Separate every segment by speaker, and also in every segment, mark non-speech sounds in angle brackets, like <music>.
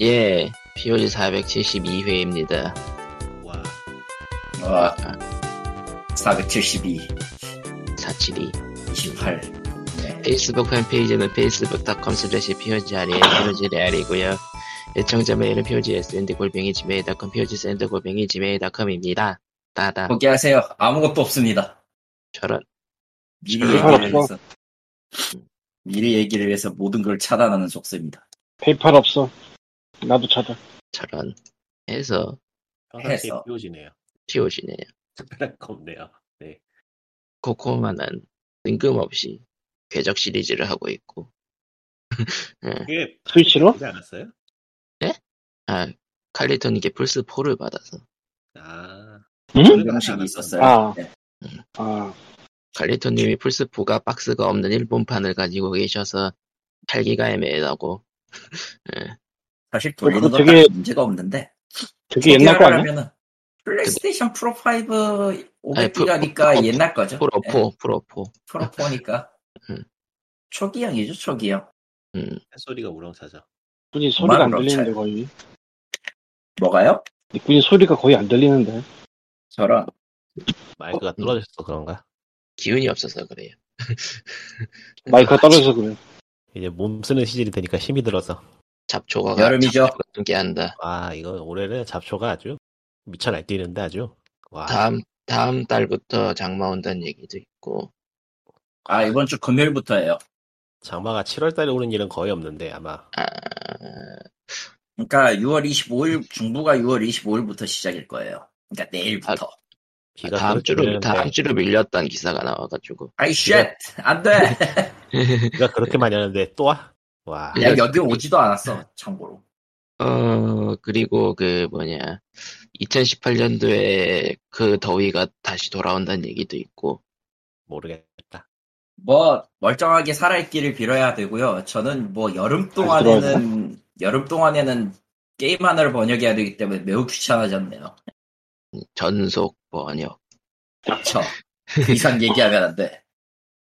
Speaker 1: 예, POG 472회입니다.
Speaker 2: 와,
Speaker 3: 와, 472,
Speaker 1: 472.
Speaker 3: 28. 네.
Speaker 1: 페이스북 팬페이지는 facebook.com slash POG r l POG RL이고요. 애청자 메일은 POG SND 골뱅이 지메일.com, POG SND 골뱅이 지메일.com입니다. 따다,
Speaker 3: 포기하세요. 아무것도 없습니다.
Speaker 1: 저런.
Speaker 3: 미리
Speaker 4: 별거
Speaker 3: 얘기를
Speaker 4: 없어.
Speaker 3: 위해서. 미리 얘기를 위해서 모든 걸 차단하는 속셈이다.
Speaker 4: 페이팔 없어. 나도 찾아.
Speaker 1: 저런 해서
Speaker 3: 해서.
Speaker 2: 평상시에 비워지네요. <laughs>
Speaker 1: POG네요.
Speaker 2: 특별한 거 없네요. 네.
Speaker 1: 코코마는 뜬금없이 궤적 시리즈를 하고 있고. <laughs> 예.
Speaker 2: 그게
Speaker 4: 스위치로?
Speaker 2: 되지 않았어요?
Speaker 1: 아, 칼리토님께 플스4를 받아서.
Speaker 2: 아,
Speaker 4: 응?
Speaker 3: 그런 방식이 있었어요.
Speaker 4: 아.
Speaker 3: 네.
Speaker 4: 아,
Speaker 1: 갈리토님이 플스4가 박스가 없는 일본판을 가지고 계셔서 팔기가 애매하다고
Speaker 3: 사실 돌리는
Speaker 4: 그거
Speaker 3: 건
Speaker 4: 되게-
Speaker 3: 되게... 문제가 없는데.
Speaker 4: 되게 옛날 거 아니야?
Speaker 3: 하면은 플레이스테이션 프로 5
Speaker 1: 아니, 프로-
Speaker 3: 500기가니까
Speaker 1: 프로-
Speaker 3: 옛날 거죠. 네,
Speaker 1: 프로포 프로포
Speaker 3: 프로 4니까.
Speaker 1: 음.
Speaker 3: 초기형이죠, 초기형.
Speaker 1: 음,
Speaker 2: 소리가 우렁차죠.
Speaker 4: 굳이 소리가 안
Speaker 3: 얼마나
Speaker 4: 들리는데
Speaker 3: 차이.
Speaker 4: 거의.
Speaker 3: 뭐가요?
Speaker 4: 굳이 소리가 거의 안 들리는데.
Speaker 3: 음. 저런.
Speaker 2: 마이크가 떨어졌어 그런가?
Speaker 1: 기운이 없어서 그래요
Speaker 4: 마이크가 떨어져서 그래.
Speaker 2: 이제 몸 쓰는 시절이 되니까 힘이 들어서.
Speaker 1: 잡초가
Speaker 3: 여름이죠.
Speaker 1: 게 한다
Speaker 2: 아, 이거 올해는 잡초가 아주 미쳐 날뛰는데 아주. 와,
Speaker 1: 다음 다음 달부터 장마 온다는 얘기도 있고
Speaker 3: 아, 이번 주 금요일부터예요.
Speaker 2: 장마가 7월달에 오는 일은 거의 없는데 아마
Speaker 1: 아,
Speaker 3: 그러니까 6월 25일 중부가 6월 25일부터 시작일 거예요. 그러니까 내일부터.
Speaker 2: 비가
Speaker 1: 다음 주로
Speaker 2: 그렇게
Speaker 1: 다음
Speaker 2: 오는데
Speaker 1: 주로 밀렸다는 기사가 나와가지고
Speaker 3: 아이 쉣! 안 돼!
Speaker 2: 비가 그렇게 많이 오는데 또 와. 와,
Speaker 3: 야, 여기 오지도 않았어, 참고로.
Speaker 1: 어 그리고 그 뭐냐 2018년도에 그 더위가 다시 돌아온다는 얘기도 있고
Speaker 2: 모르겠다.
Speaker 3: 뭐, 멀쩡하게 살아있기를 빌어야 되고요. 저는 뭐, 여름 동안에는, 여름 동안에는 게임 하나를 번역해야 되기 때문에 매우 귀찮아졌네요.
Speaker 1: 전속 번역
Speaker 3: 저, 그 이상 얘기하면 안 돼.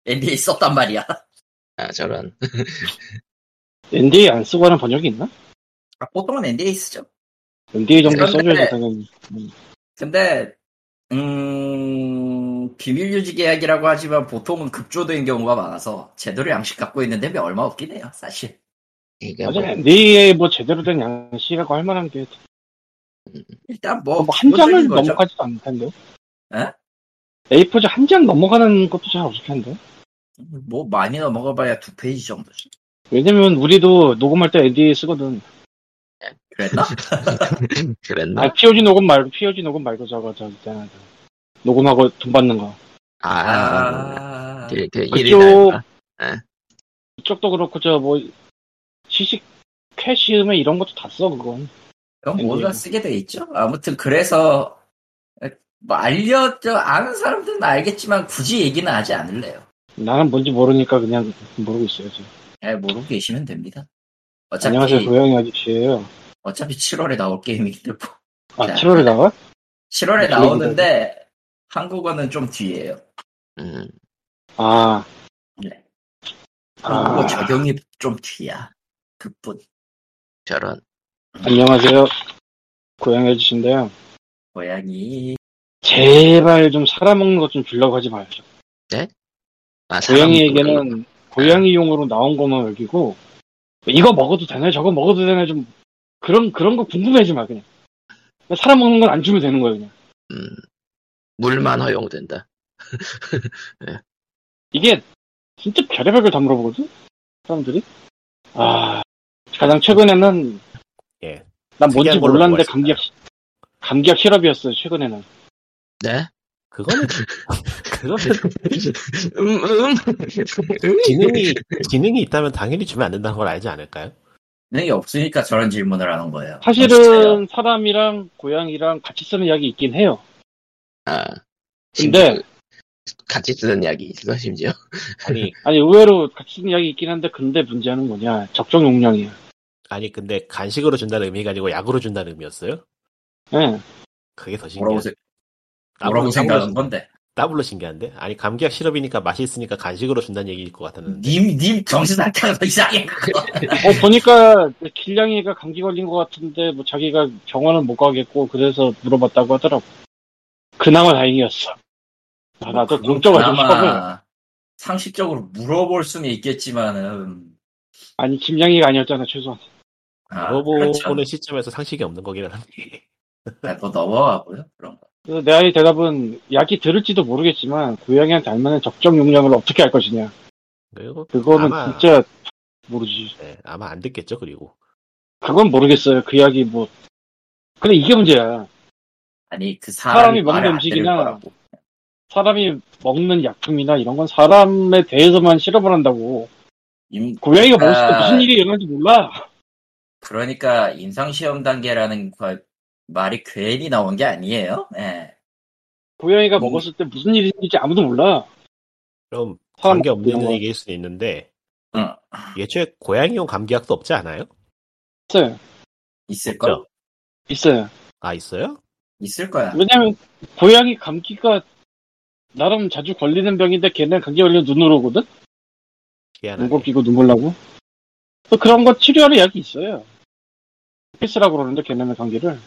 Speaker 3: NBA 썼단 말이야.
Speaker 1: 아 저런
Speaker 4: NDA 안 쓰고 하는 번역이 있나?
Speaker 3: 아, 보통은 NBA 쓰죠.
Speaker 4: NDA 정도
Speaker 3: 그런데-
Speaker 4: 써줘야지 당연히.
Speaker 3: 근데, 음, 비밀 유지 계약이라고 하지만 보통은 급조된 경우가 많아서 제대로 양식 갖고 있는 데면 얼마 없긴 해요, 사실.
Speaker 1: 그러니까
Speaker 4: 맞아.
Speaker 1: 뭐
Speaker 4: NDA에 뭐 제대로 된 양식이라고 할 만한 게 한
Speaker 3: 일단 뭐,
Speaker 4: 장을
Speaker 3: 기본적인 거죠.
Speaker 4: 넘어가지도 않을 텐데.
Speaker 3: 에?
Speaker 4: A4지 한 장 넘어가는 것도 잘 없을 텐데.
Speaker 3: 뭐 많이 넘어가봐야 두 페이지 정도지.
Speaker 4: 왜냐면 우리도 녹음할 때 NDA 쓰거든. <laughs>
Speaker 3: 그랬나?
Speaker 1: 그랬나?
Speaker 4: 아, POG 녹음 말고, POG 녹음 말고 저거, 저, 있잖아. 저. 녹음하고 돈 받는 거.
Speaker 1: 아,
Speaker 3: 아,
Speaker 1: 그, 그
Speaker 4: 그쪽-
Speaker 1: 일이 날까?
Speaker 4: 이쪽도 그렇고 저 뭐 시식 캐시음에 이런 것도 다 써 그건
Speaker 3: 그건 모두가 쓰게 돼 있죠. 아무튼 그래서 뭐 알려져 아는 사람들은 알겠지만 굳이 얘기는 하지 않을래요.
Speaker 4: 나는 뭔지 모르니까 그냥 모르고 있어요 지금
Speaker 3: 잘 모르고 계시면 됩니다. 어차피
Speaker 4: 안녕하세요 고양이 아저씨예요
Speaker 3: 어차피 7월에 나올 게임이기 때문에
Speaker 4: 아
Speaker 3: 네.
Speaker 4: 7월에 나와?
Speaker 3: 7월에
Speaker 4: 네, 그쪽이구나.
Speaker 3: 나오는데 한국어는 좀 뒤에요.
Speaker 1: 음,
Speaker 4: 아,
Speaker 3: 네. 한국어
Speaker 4: 아
Speaker 3: 적용이 좀 뒤야. 그뿐.
Speaker 1: 저런.
Speaker 3: 음.
Speaker 4: 안녕하세요 고양이 아저씨인데요
Speaker 3: 고양이
Speaker 4: 제발 좀 살아먹는 것 좀 주려고 하지 마요
Speaker 1: 아, 사람 그런
Speaker 4: 고양이에게는 고양이용으로 나온 것만 먹이고 이거 먹어도 되나요? 저거 먹어도 되나요? 좀 그런 그런 거 궁금해하지 마 그냥 사람 먹는 건 안 주면 되는 거예요 그냥
Speaker 1: 거. 음, 물만 허용된다.
Speaker 4: 이게 진짜 별의별 걸 다 물어보거든? 사람들이? 아, 가장 최근에는
Speaker 2: 예.
Speaker 4: 난 뭔지
Speaker 2: 특이한 걸로
Speaker 4: 몰랐는데
Speaker 2: 먹고
Speaker 4: 감기약, 감기약 시럽이었어요, 최근에는.
Speaker 2: 아,
Speaker 1: 네?
Speaker 2: 그거는 그거는
Speaker 1: 음, 음.
Speaker 2: 지능이 지능이 있다면 당연히 주면 안 된다는 걸 알지 않을까요?
Speaker 3: 능이 없으니까 저런 질문을 하는 거예요. 아,
Speaker 4: 사실은 사람이랑 고양이랑 같이 쓰는 약이 있긴 해요.
Speaker 1: 아,
Speaker 4: 근데-
Speaker 1: 심지어 같이 쓰는 이야기 있어, 심지어.
Speaker 2: 아니
Speaker 4: 아니, 의외로 같이 쓰는 약이 있긴 한데, 근데 문제는 뭐냐. 적정 용량이에요.
Speaker 2: 아니 근데 간식으로 준다는 의미가 아니고 약으로 준다는 의미였어요?
Speaker 4: 예.
Speaker 2: 그게 더 신기해.
Speaker 3: 뭐라고, 생- 뭐라고 생각하는 건데.
Speaker 2: 더블로 신기한데? 아니 감기약 시럽이니까 맛이 있으니까 간식으로 준다는 얘기일
Speaker 4: 음.
Speaker 2: 것 같았는데
Speaker 3: 님, 님 정신 상태가 더 이상해, 그거.
Speaker 4: 어, 보니까 길냥이가 감기 걸린 것 같은데 뭐 자기가 병원은 못 가겠고 그래서 물어봤다고 하더라고. 그나마 다행이었어. 아, 나도 공적을 싶어.
Speaker 3: 그나마 상식적으로 물어볼 수는 있겠지만은.
Speaker 4: 아니 김양이가 아니었잖아 최소한.
Speaker 3: 아,
Speaker 2: 물어보는
Speaker 3: 그렇죠.
Speaker 2: 시점에서 상식이 없는 거기는 한데
Speaker 3: 아, 또 넘어가고요, 그런 거.
Speaker 4: 그래서 내 아이 대답은 약이 들을지도 모르겠지만 고양이한테 알만한 적정 용량을 어떻게 할 것이냐.
Speaker 2: 그리고
Speaker 4: 그거는
Speaker 2: 아마-
Speaker 4: 진짜 모르지.
Speaker 2: 네, 아마 안 듣겠죠 그리고
Speaker 4: 그건 모르겠어요. 그 약이 뭐. 근데 이게 문제야.
Speaker 3: 아니, 그
Speaker 4: 사람이
Speaker 3: 사람이
Speaker 4: 먹는
Speaker 3: 말을 안 들을
Speaker 4: 음식이나
Speaker 3: 거라고.
Speaker 4: 사람이 먹는 약품이나 이런 건 사람에 대해서만 실험을 한다고.
Speaker 3: 임,
Speaker 4: 고양이가 먹을 때
Speaker 3: 아.
Speaker 4: 무슨 일이 일어날지 몰라.
Speaker 3: 그러니까 임상시험 단계라는 거- 말이 괜히 나온 게 아니에요. 예.
Speaker 4: 고양이가
Speaker 3: 음.
Speaker 4: 먹었을 때 무슨 일이 생길지 아무도 몰라.
Speaker 2: 그럼
Speaker 4: 사람
Speaker 2: 관계 없는
Speaker 4: 먹는 거.
Speaker 2: 얘기일 수도 있는데
Speaker 3: 응.
Speaker 2: 예초에 고양이용 감기약도 없지 않아요? 그렇죠?
Speaker 4: 있어요.
Speaker 3: 있을 거?
Speaker 4: 있어요.
Speaker 2: 아 있어요?
Speaker 3: 있을 거야.
Speaker 4: 왜냐면 고양이 감기가 나름 자주 걸리는 병인데 걔네 감기 걸리면 눈으로 오거든?
Speaker 2: 희한하네
Speaker 4: 눈곱 끼고 눈물 나고. 또 그런 거 치료하는 약이 있어요. 헛피스라고 그러는데 걔네는 감기를.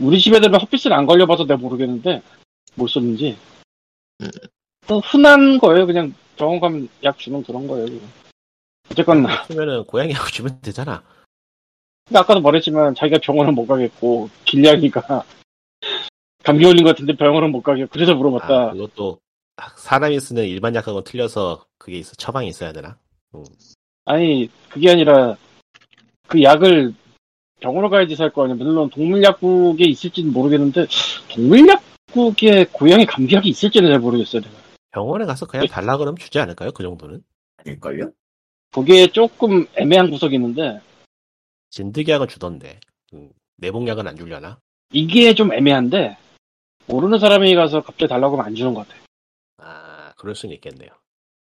Speaker 4: 우리 집 애들은 헛피스를 안 걸려봐서 내가 모르겠는데 뭘 썼는지.
Speaker 1: 음.
Speaker 4: 또 흔한 거예요. 그냥 병원 가면 약 주는 그런 거예요. 그거. 어쨌건 <laughs>
Speaker 2: 그러면은 고양이하고 주면 되잖아
Speaker 4: 근데 아까도 말했지만 자기가 병원은 못 가겠고 길냥이가 <laughs> 감기 걸린 것 같은데 병원은 못 가겠고 그래서 물어봤다.
Speaker 2: 아, 그것도 사람이 쓰는 일반 약하고 틀려서 그게 있어 처방이 있어야 되나?
Speaker 4: 아니 그게 아니라 그 약을 병원을 가야지 살 거 아니야. 물론 동물약국에 있을지는 모르겠는데 동물약국에 고양이 감기약이 있을지는 잘 모르겠어요. 내가.
Speaker 2: 병원에 가서 그냥
Speaker 4: 네.
Speaker 2: 달라 그러면 주지 않을까요? 그 정도는?
Speaker 3: 아닐걸요?
Speaker 4: 거기에 조금 애매한 구석이 있는데
Speaker 2: 진드기약은 주던데 음, 내복약은 안 주려나?
Speaker 4: 이게 좀 애매한데 모르는 사람이 가서 갑자기 달라고 하면 안 주는 것 같아.
Speaker 2: 아 그럴 수는 있겠네요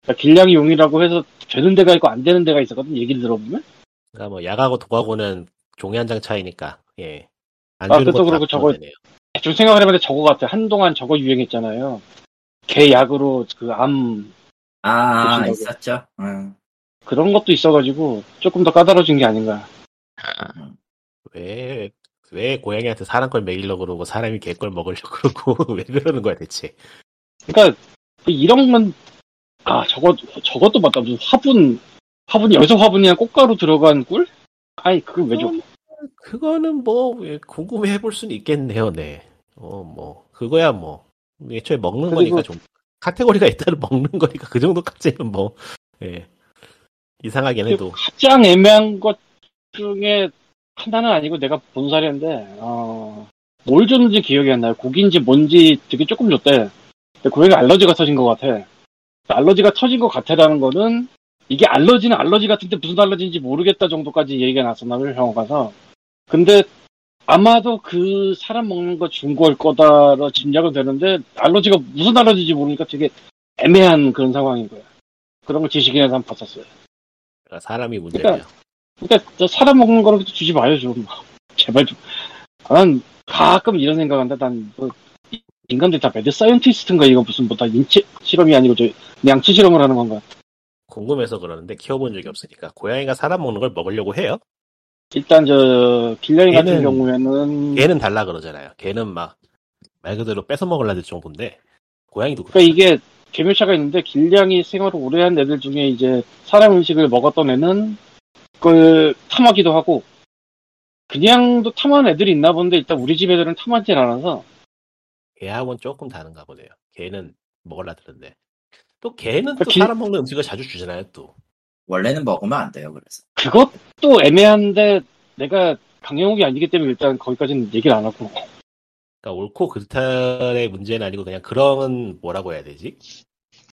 Speaker 4: 그러니까 길냥이 용이라고 해서 되는 데가 있고 안 되는 데가 있었거든. 얘기를 들어보면.
Speaker 2: 그러니까 뭐 약하고 독하고는 종이 한 장 차이니까 예. 안
Speaker 4: 아,
Speaker 2: 주는
Speaker 4: 그것도
Speaker 2: 것도
Speaker 4: 그렇고
Speaker 2: 나쁘면
Speaker 4: 저거-
Speaker 2: 되네요.
Speaker 4: 대충 생각을 해봤는데 저거 같아. 한동안 저거 유행했잖아요. 개 약으로 그 암
Speaker 3: 아,
Speaker 4: 그렇지,
Speaker 3: 있었죠. 응.
Speaker 4: 그런 것도 있어가지고 조금 더 까다로워진 게 아닌가.
Speaker 2: 왜, 왜 고양이한테 사람 걸 먹이려고 그러고 사람이 개 걸 먹으려고 그러고 <laughs> 왜 그러는 거야 대체
Speaker 4: 그러니까 그 이런 건 아, 저거 저것도 맞다. 무슨 화분 화분 여기서 화분이랑 꽃가루 들어간 꿀? 아니 그걸 왜 줘?
Speaker 2: 음, 그거는 뭐 예, 궁금해 해볼 수는 있겠네요 네. 어뭐 그거야 뭐 애초에 먹는
Speaker 4: 그리고-
Speaker 2: 거니까 좀 카테고리가 있다는 <laughs> 먹는 거니까 그 정도까지는 뭐 예. 이상하긴 해도
Speaker 4: 가장 애매한 것 중에 하나는 아니고 내가 본 사례인데 어, 뭘 줬는지 기억이 안 나요. 고기인지 뭔지 되게 조금 줬대. 근데 고양이 알러지가 터진 것 같아. 알러지가 터진 것 같아라는 거는 이게 알러지는 알러지 같은데 무슨 알러지인지 모르겠다 정도까지 얘기가 났었나 봐요 병원 가서. 근데 아마도 그 사람 먹는 거 준 걸 거다로 짐작은 되는데 알러지가 무슨 알러지인지 모르니까 되게 애매한 그런 상황인 거야. 그런 걸 지식인에서 한번 봤었어요.
Speaker 2: 사람이 문제예요
Speaker 4: 그러니까 저 사람 먹는 거라도 주지 마요 좀 <laughs> 제발 좀. 난 가끔 이런 생각한다. 난뭐 인간들 다 매드 사이언티스트인가 이거 무슨 뭐다 인체 실험이 아니고 저 양치 실험을 하는 건가?
Speaker 2: 궁금해서 그러는데 키워본 적이 없으니까 고양이가 사람 먹는 걸 먹으려고 해요
Speaker 4: 일단 저 길냥이 같은
Speaker 2: 얘는-
Speaker 4: 경우에는
Speaker 2: 개는 달라 그러잖아요 개는 막 말 그대로 뺏어 먹으려 될 정도인데 고양이도 그렇죠. 그렇
Speaker 4: 그러니까 이게 개묘차가 있는데 길냥이 생활을 오래 한 애들 중에 이제 사람 음식을 먹었던 애는 그걸 탐하기도 하고 그냥도 탐한 애들이 있나 본데 일단 우리 집 애들은 탐하진 않아서
Speaker 2: 개하고는 조금 다른가 보네요. 개는 먹으려 드는데. 또 개는 또
Speaker 4: 그러니까 기-
Speaker 2: 사람 먹는 음식을 자주 주잖아요, 또.
Speaker 3: 원래는 먹으면 안 돼요, 그래서.
Speaker 4: 그것도 애매한데 내가 강영욱이 아니기 때문에 일단 거기까지는 얘기를 안 하고
Speaker 2: 그러니까 옳고 그르다의 문제는 아니고 그냥 그런 뭐라고 해야 되지?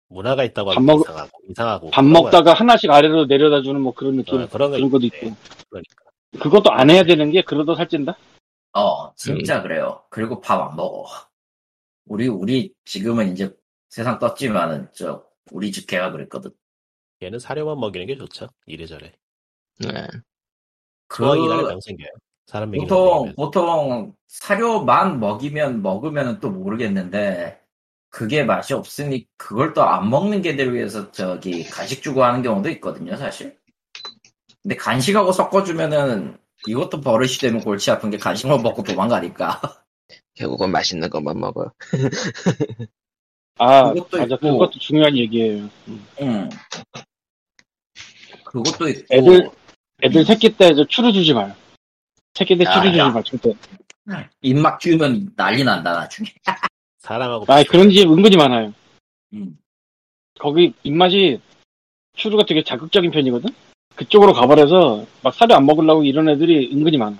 Speaker 2: 문화가 있다고
Speaker 4: 밥
Speaker 2: 하면
Speaker 4: 먹-
Speaker 2: 이상하고 이상하고
Speaker 3: 어,
Speaker 4: 밥
Speaker 2: 그런 거야.
Speaker 4: 먹다가 하나씩 아래로 내려다주는 뭐 그런 느낌
Speaker 2: 어, 그런 거
Speaker 4: 그런 것도
Speaker 2: 있는데.
Speaker 4: 있고
Speaker 2: 그러니까.
Speaker 4: 그것도 안 해야 되는 게 그러다 살찐다
Speaker 3: 어, 진짜 그래요. 그리고 밥 안 먹어. 우리, 우리, 지금은 이제 세상 떴지만은, 저, 우리 집 개가 그랬거든.
Speaker 2: 걔는 사료만 먹이는 게 좋죠. 이래저래.
Speaker 1: 네.
Speaker 2: 소화 기간에
Speaker 3: 그,
Speaker 2: 병 생겨요. 사람 먹이는 거
Speaker 3: 보통, 뭐-
Speaker 2: 먹이면.
Speaker 3: 보통, 사료만 먹이면, 먹으면 또 모르겠는데, 그게 맛이 없으니 그걸 또 안 먹는 개들 위해서 저기 간식 주고 하는 경우도 있거든요, 사실. 근데 간식하고 섞어주면은 이것도 버릇이 되면 골치 아픈 게 간식만 먹고 도망가니까.
Speaker 1: 결국은 맛있는 것만 먹어.
Speaker 4: 아,
Speaker 3: 그것도
Speaker 4: 맞아.
Speaker 3: 있고.
Speaker 4: 그것도 중요한 얘기예요.
Speaker 3: 음. 그것도 있고.
Speaker 4: 애들- 애들 새끼 때 저 추루 주지 마요. 새끼 때
Speaker 3: 음. 야,
Speaker 4: 추루
Speaker 3: 야.
Speaker 4: 주지 마, 절대.
Speaker 3: 입막 키우면 난리 난다, 나중에.
Speaker 2: 사람하고
Speaker 4: 아, 그런 집 은근히 많아요.
Speaker 3: 음.
Speaker 4: 거기 입맛이 추루가 되게 자극적인 편이거든? 그쪽으로 가버려서 막 사료 안 먹으려고 이런 애들이 은근히 많아.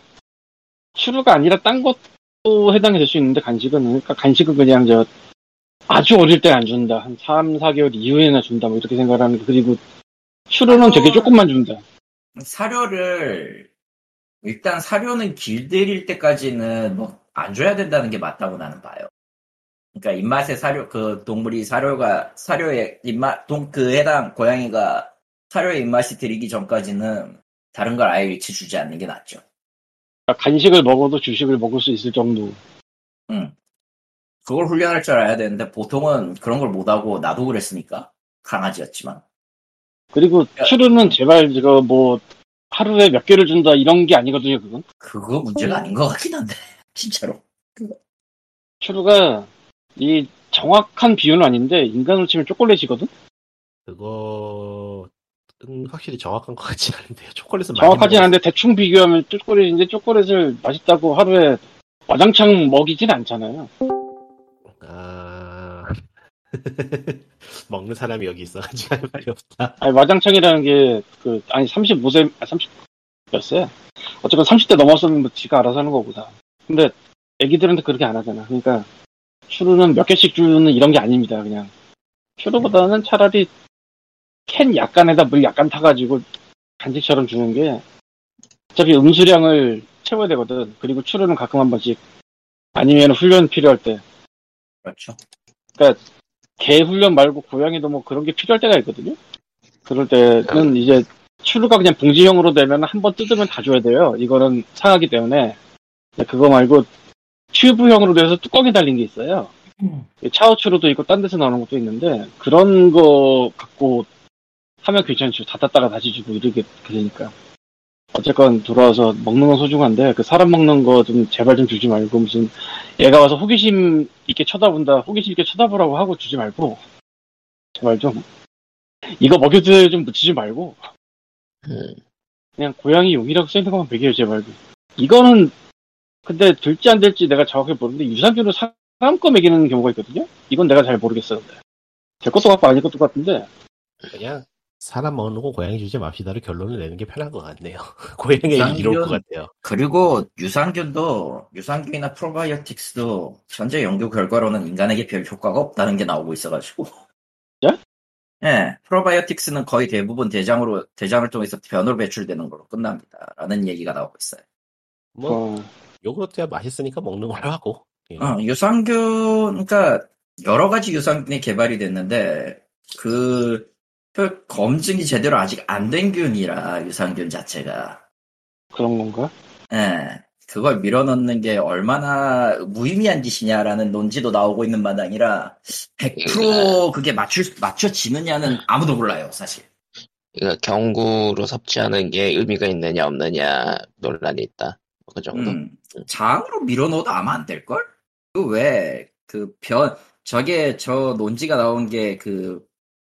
Speaker 4: 추루가 아니라 딴 것도 해당이 될 수 있는데 간식은, 그러니까 간식은 그냥 저 아주 어릴 때 안 준다. 한 3, 4개월 이후에나 준다. 뭐 이렇게 생각을 하는데. 그리고 추루는 되게 조금만 준다.
Speaker 3: 사료를, 일단 사료는 길들일 때까지는 뭐 안 줘야 된다는 게 맞다고 나는 봐요. 그러니까 입맛에 사료, 그 동물이 사료가, 사료에 입맛, 동, 그 해당 고양이가 사료에 입맛이 들이기 전까지는 다른 걸 아예 일치 주지 않는 게 낫죠.
Speaker 4: 그러니까 간식을 먹어도 주식을 먹을 수 있을 정도.
Speaker 3: 그걸 훈련할 줄 알아야 되는데 보통은 그런 걸 못하고 나도 그랬으니까 강아지였지만
Speaker 4: 그리고 추루는 제발 제가 뭐 하루에 몇 개를 준다 이런 게 아니거든요 그건
Speaker 3: 그거 문제가 아닌 것 같긴 한데 <laughs> 진짜로
Speaker 4: 추루가 이 정확한 비율은 아닌데 인간으로 치면 초콜릿이거든
Speaker 2: 그거 음, 확실히 정확한 것 같진 않은데요. 초콜릿은 많이
Speaker 4: 정확하진
Speaker 2: 먹었어요.
Speaker 4: 않은데 대충 비교하면 초콜릿인데 초콜릿을 맛있다고 하루에 와장창 먹이진 않잖아요
Speaker 2: 아... <laughs> 먹는 사람이 여기 있어가지고 할 말이 없다.
Speaker 4: 아니 와장창이라는 게 그 아니 35세 아 30였어요 어쨌건 30대 넘었으면 뭐 지가 알아서 하는 거구나 근데 애기들한테 그렇게 안 하잖아 그러니까 추루는 몇 개씩 주는 이런 게 아닙니다 그냥 추루보다는 차라리 캔 약간에다 물 약간 타가지고 간식처럼 주는 게 어차피 음수량을 채워야 되거든 그리고 추루는 가끔 한 번씩 아니면 훈련 필요할 때 개
Speaker 3: 그렇죠
Speaker 4: 훈련 말고 고양이도 뭐 그런 게 필요할 때가 있거든요 그럴 때는 이제 추루가 그냥 봉지형으로 되면 한 번 뜯으면 다 줘야 돼요 이거는 상하기 때문에 근데 그거 말고 튜브형으로 돼서 뚜껑에 달린 게 있어요 차우추로도 있고 딴 데서 나오는 것도 있는데 그런 거 갖고 하면 괜찮죠. 닫았다가 다시 주고 이렇게 되니까. 어쨌건 돌아와서 먹는 건 소중한데 그 사람 먹는 거 좀 제발 좀 주지 말고 무슨 얘가 와서 호기심 있게 쳐다본다 호기심 있게 쳐다보라고 하고 주지 말고 제발 좀 이거 먹여줘요 좀 묻히지 말고
Speaker 1: 음.
Speaker 4: 그냥 고양이 용이라고 쓰는 것만 먹여요 제발 좀. 이거는 근데 될지 안 될지 내가 정확히 모르는데 유산균을 사 사람 거 먹이는 경우가 있거든요? 이건 내가 잘 모르겠어요. 근데. 제 것도 같고 아닐 것도 같은데,
Speaker 2: 그냥 사람 먹는 거 고양이 주지 맙시다로 결론을 내는 게 편한 것 같네요. <laughs> 고양이에게
Speaker 3: 양면.
Speaker 2: 이로울 것 같아요.
Speaker 3: 그리고 유산균도 유산균이나 프로바이오틱스도 현재 연구 결과로는 인간에게 별 효과가 없다는 게 나오고 있어가지고
Speaker 4: 예?
Speaker 3: 예, 프로바이오틱스는 거의 대부분 대장으로 대장을 통해서 변으로 배출되는 걸로 끝납니다라는 얘기가 나오고 있어요.
Speaker 2: 뭐
Speaker 4: 어,
Speaker 2: 요구르트야 맛있으니까 먹는 걸로 하고. 예.
Speaker 3: 어, 유산균, 그러니까 여러 가지 유산균이 개발이 됐는데 그, 그 검증이 제대로 아직 안 된 균이라 유산균 자체가
Speaker 4: 그런 건가?
Speaker 3: 예, 그걸 밀어넣는 게 얼마나 무의미한 짓이냐라는 논지도 나오고 있는 마당이라 100% 그게 맞출 수- 맞춰지느냐는 아무도 몰라요 사실.
Speaker 1: 이거 경구로 섭취하는 게 의미가 있느냐 없느냐 논란이 있다. 그 정도.
Speaker 3: 음, 장으로 밀어넣어도 아마 안 될걸? 그 그왜그 변, 저게 저 논지가 나온 게 그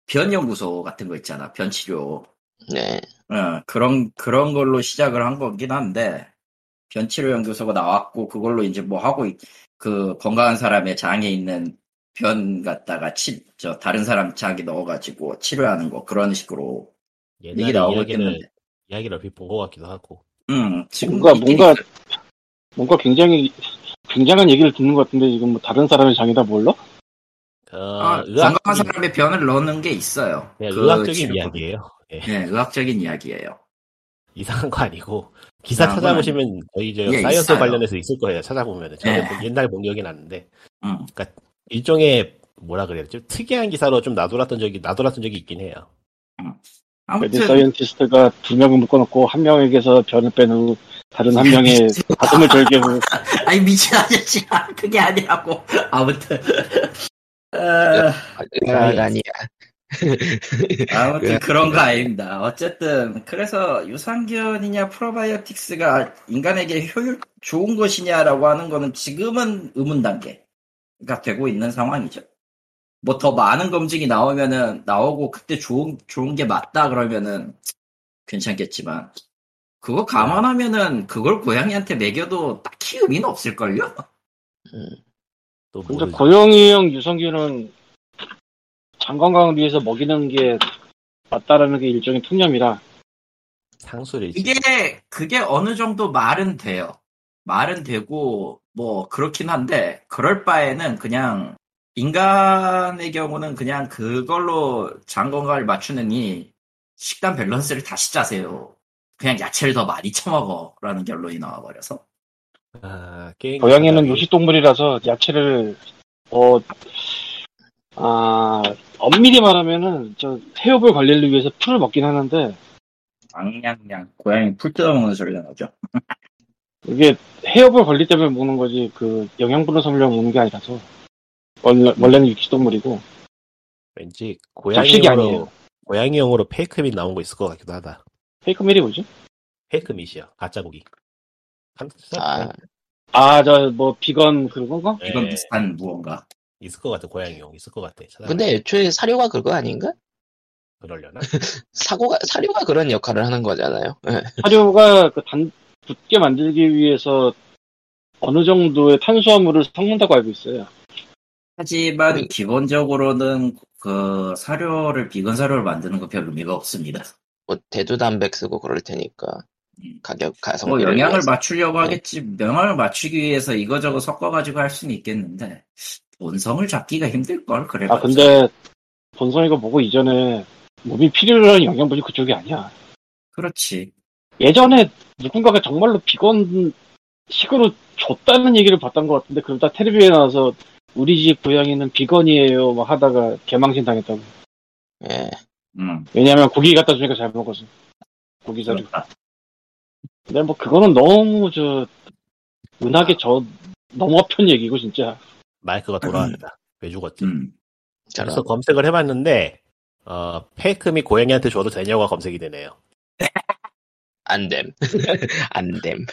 Speaker 3: 변연구소 같은 거 있잖아. 변치료.
Speaker 1: 네.
Speaker 3: 어, 그런, 그런 걸로 시작을 한 거긴 한데, 변치료 연구소가 나왔고, 그걸로 이제 뭐 하고, 있- 그 건강한 사람의 장에 있는 변 갖다가 치, 저, 다른 사람 장에 넣어가지고 치료하는 거, 그런 식으로 얘기
Speaker 2: 옛날에
Speaker 3: 나오고
Speaker 2: 이야기를
Speaker 3: 있겠는데.
Speaker 2: 이야기를 얼핏 본 것 같기도 하고.
Speaker 3: 음, 지금
Speaker 4: 뭔가, 뭔가, 뭔가 굉장히, 굉장한 얘기를 듣는 것 같은데, 지금 뭐 다른 사람의 장이다 몰라?
Speaker 2: 그
Speaker 3: 아,
Speaker 2: 의학적인,
Speaker 3: 건강한 사람의 변을 넣는 게 있어요.
Speaker 2: 네,
Speaker 3: 그
Speaker 2: 의학적인
Speaker 3: 치료법이.
Speaker 2: 이야기예요. <laughs>
Speaker 3: 예, 의학적인 이야기예요.
Speaker 2: 이상한 거 아니고 기사
Speaker 3: 이상한 건
Speaker 2: 찾아보시면 거의 저
Speaker 3: 예,
Speaker 2: 사이언스
Speaker 3: 있어요.
Speaker 2: 관련해서 있을 거예요. 찾아보면 저는
Speaker 3: 예.
Speaker 2: 그 옛날 본 기억이 나는데
Speaker 3: 음.
Speaker 2: 일종의 뭐라 그래야 되죠? 특이한 기사로 좀 나돌았던 적이 나돌았던 적이 있긴 해요.
Speaker 4: 메디
Speaker 3: 아무튼
Speaker 4: 사이언티스트가 두 명을 묶어놓고, 한 명에게서 변을 뺀 후, 다른 한
Speaker 2: <laughs>
Speaker 4: 명의 가슴을 절개하고,
Speaker 3: <laughs> 아니 미친 아저씨야 그게 아니라고 아무튼 아,
Speaker 1: 아, 아니야.
Speaker 3: 아무튼 <laughs> 그런 거 아닙니다. 어쨌든 그래서 유산균이냐 프로바이오틱스가 인간에게 효율 좋은 것이냐라고 하는 거는 지금은 의문 단계가 되고 있는 상황이죠. 뭐 더 많은 검증이 나오면은 나오고 그때 좋은 좋은 게 맞다 그러면은 괜찮겠지만 그거 감안하면은 그걸 고양이한테 먹여도 딱히 의미는 없을걸요?
Speaker 2: 또
Speaker 4: 근데
Speaker 2: 모르지.
Speaker 4: 고영이형 유성균은 장건강을 위해서 먹이는 게 맞다라는 게 일종의 통념이라
Speaker 2: 상술이지.
Speaker 3: 이게 그게 어느 정도 말은 돼요. 말은 되고 뭐 그렇긴 한데 그럴 바에는 그냥 인간의 경우는 그냥 그걸로 장 건강을 맞추느니 식단 밸런스를 다시 짜세요. 그냥 야채를 더 많이 처먹어라는 결론이 나와버려서
Speaker 2: 아, 게임
Speaker 4: 고양이는
Speaker 2: 기사가-
Speaker 4: 요식동물이라서 야채를 뭐, 아, 엄밀히 말하면은 저 해협을 관리를 위해서 풀을 먹긴 하는데
Speaker 3: 양양양 고양이 풀 뜯어먹는 소리가 나죠.
Speaker 4: 이게 해협을 관리 때문에 먹는 거지 그 영양분을 섭취하려 먹는 게 아니라서 원래, 원래는 육식동물이고
Speaker 2: 왠지
Speaker 4: 잡식이 아니에요.
Speaker 2: 고양이형으로 고양이형으로 페이크밋 나온 거 있을 것 같기도 하다.
Speaker 4: 페이크밀이 뭐지?
Speaker 2: 페이크밋이야. 가짜 고기. 한-
Speaker 1: 아,
Speaker 4: 아 저 뭐 비건 그런 건가?
Speaker 2: 예,
Speaker 3: 이건 비슷한 무언가.
Speaker 2: 있을 것 같아. 고양이형 있을 것 같아. 찾아봐.
Speaker 1: 근데 애초에 사료가 그거 아닌가?
Speaker 2: 그러려나?
Speaker 1: 사고가, 사료가 그런 역할을 하는 거잖아요. 예.
Speaker 4: 사료가 그 단, 굳게 만들기 위해서 어느 정도의 탄수화물을 섞는다고 알고 있어요.
Speaker 3: 하지만 네.
Speaker 1: 그-
Speaker 3: 기본적으로는 그 사료를 비건 사료를 만드는 거 별 의미가 없습니다.
Speaker 1: 뭐, 대두단백 쓰고 그럴 테니까.
Speaker 3: 음.
Speaker 1: 가격,
Speaker 3: 뭐
Speaker 1: 가성비.
Speaker 3: 영향을 맞추려고
Speaker 1: 네.
Speaker 3: 하겠지 영향을 맞추기 위해서 이거저거 섞어가지고 할 수는 있겠는데 본성을 잡기가 힘들걸 그래
Speaker 4: 아, 근데 본성이가 뭐고 이전에 몸이 필요로 하는 영양분이 그쪽이 아니야.
Speaker 3: 그렇지
Speaker 4: 예전에 누군가가 정말로 비건 식으로 줬다는 얘기를 봤던 것 같은데 그러다 텔레비에 나와서 우리 집 고양이는 비건이에요 막 하다가 개망신 당했다고.
Speaker 1: 예.
Speaker 3: 음
Speaker 4: 왜냐면 고기 갖다 주니까 잘 먹었어. 고기 사료.
Speaker 3: 그렇다
Speaker 4: 근데 뭐 그거는 너무 저 은하계 저 넘어편 얘기고 진짜.
Speaker 2: 마이크가 돌아왔다. 왜 죽었지?
Speaker 3: 음
Speaker 1: 잘
Speaker 2: 그래서 검색을 해봤는데 어, 페이크밋 고양이한테 줘도 되냐고 검색이
Speaker 1: <laughs>
Speaker 2: 되네요.
Speaker 1: 안
Speaker 4: <laughs>
Speaker 1: 됨. 안 됨.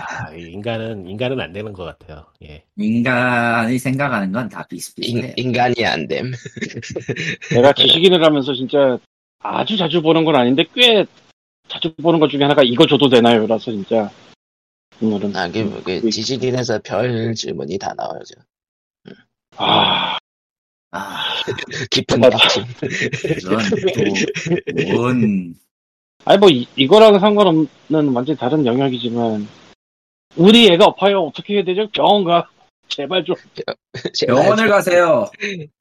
Speaker 2: 아, 이 인간은 인간은 안 되는 것 같아요. 예.
Speaker 3: 인간이 생각하는 건 다
Speaker 1: 인,
Speaker 3: 비슷비슷해
Speaker 1: 인간이 안 됨. <laughs>
Speaker 4: 내가 지식인을 하면서 진짜 아주 자주 보는 건 아닌데 꽤 자주 보는 것 중에 하나가 이거 줘도 되나요라서 진짜 오늘은
Speaker 1: 아, 그게, 뭐,
Speaker 4: 네.
Speaker 1: 그 지식인에서 별 질문이 다 나와요.
Speaker 4: 아
Speaker 3: 아
Speaker 1: 깊은
Speaker 4: 아,
Speaker 1: 박침.
Speaker 3: 이건 또뭔
Speaker 4: 아니 뭐 이, 거랑 상관없는 완전히 다른 영역이지만 우리 애가 아파요 어떻게 해야 되죠 병원 가 제발 좀
Speaker 1: 제발
Speaker 3: 병원을 가세요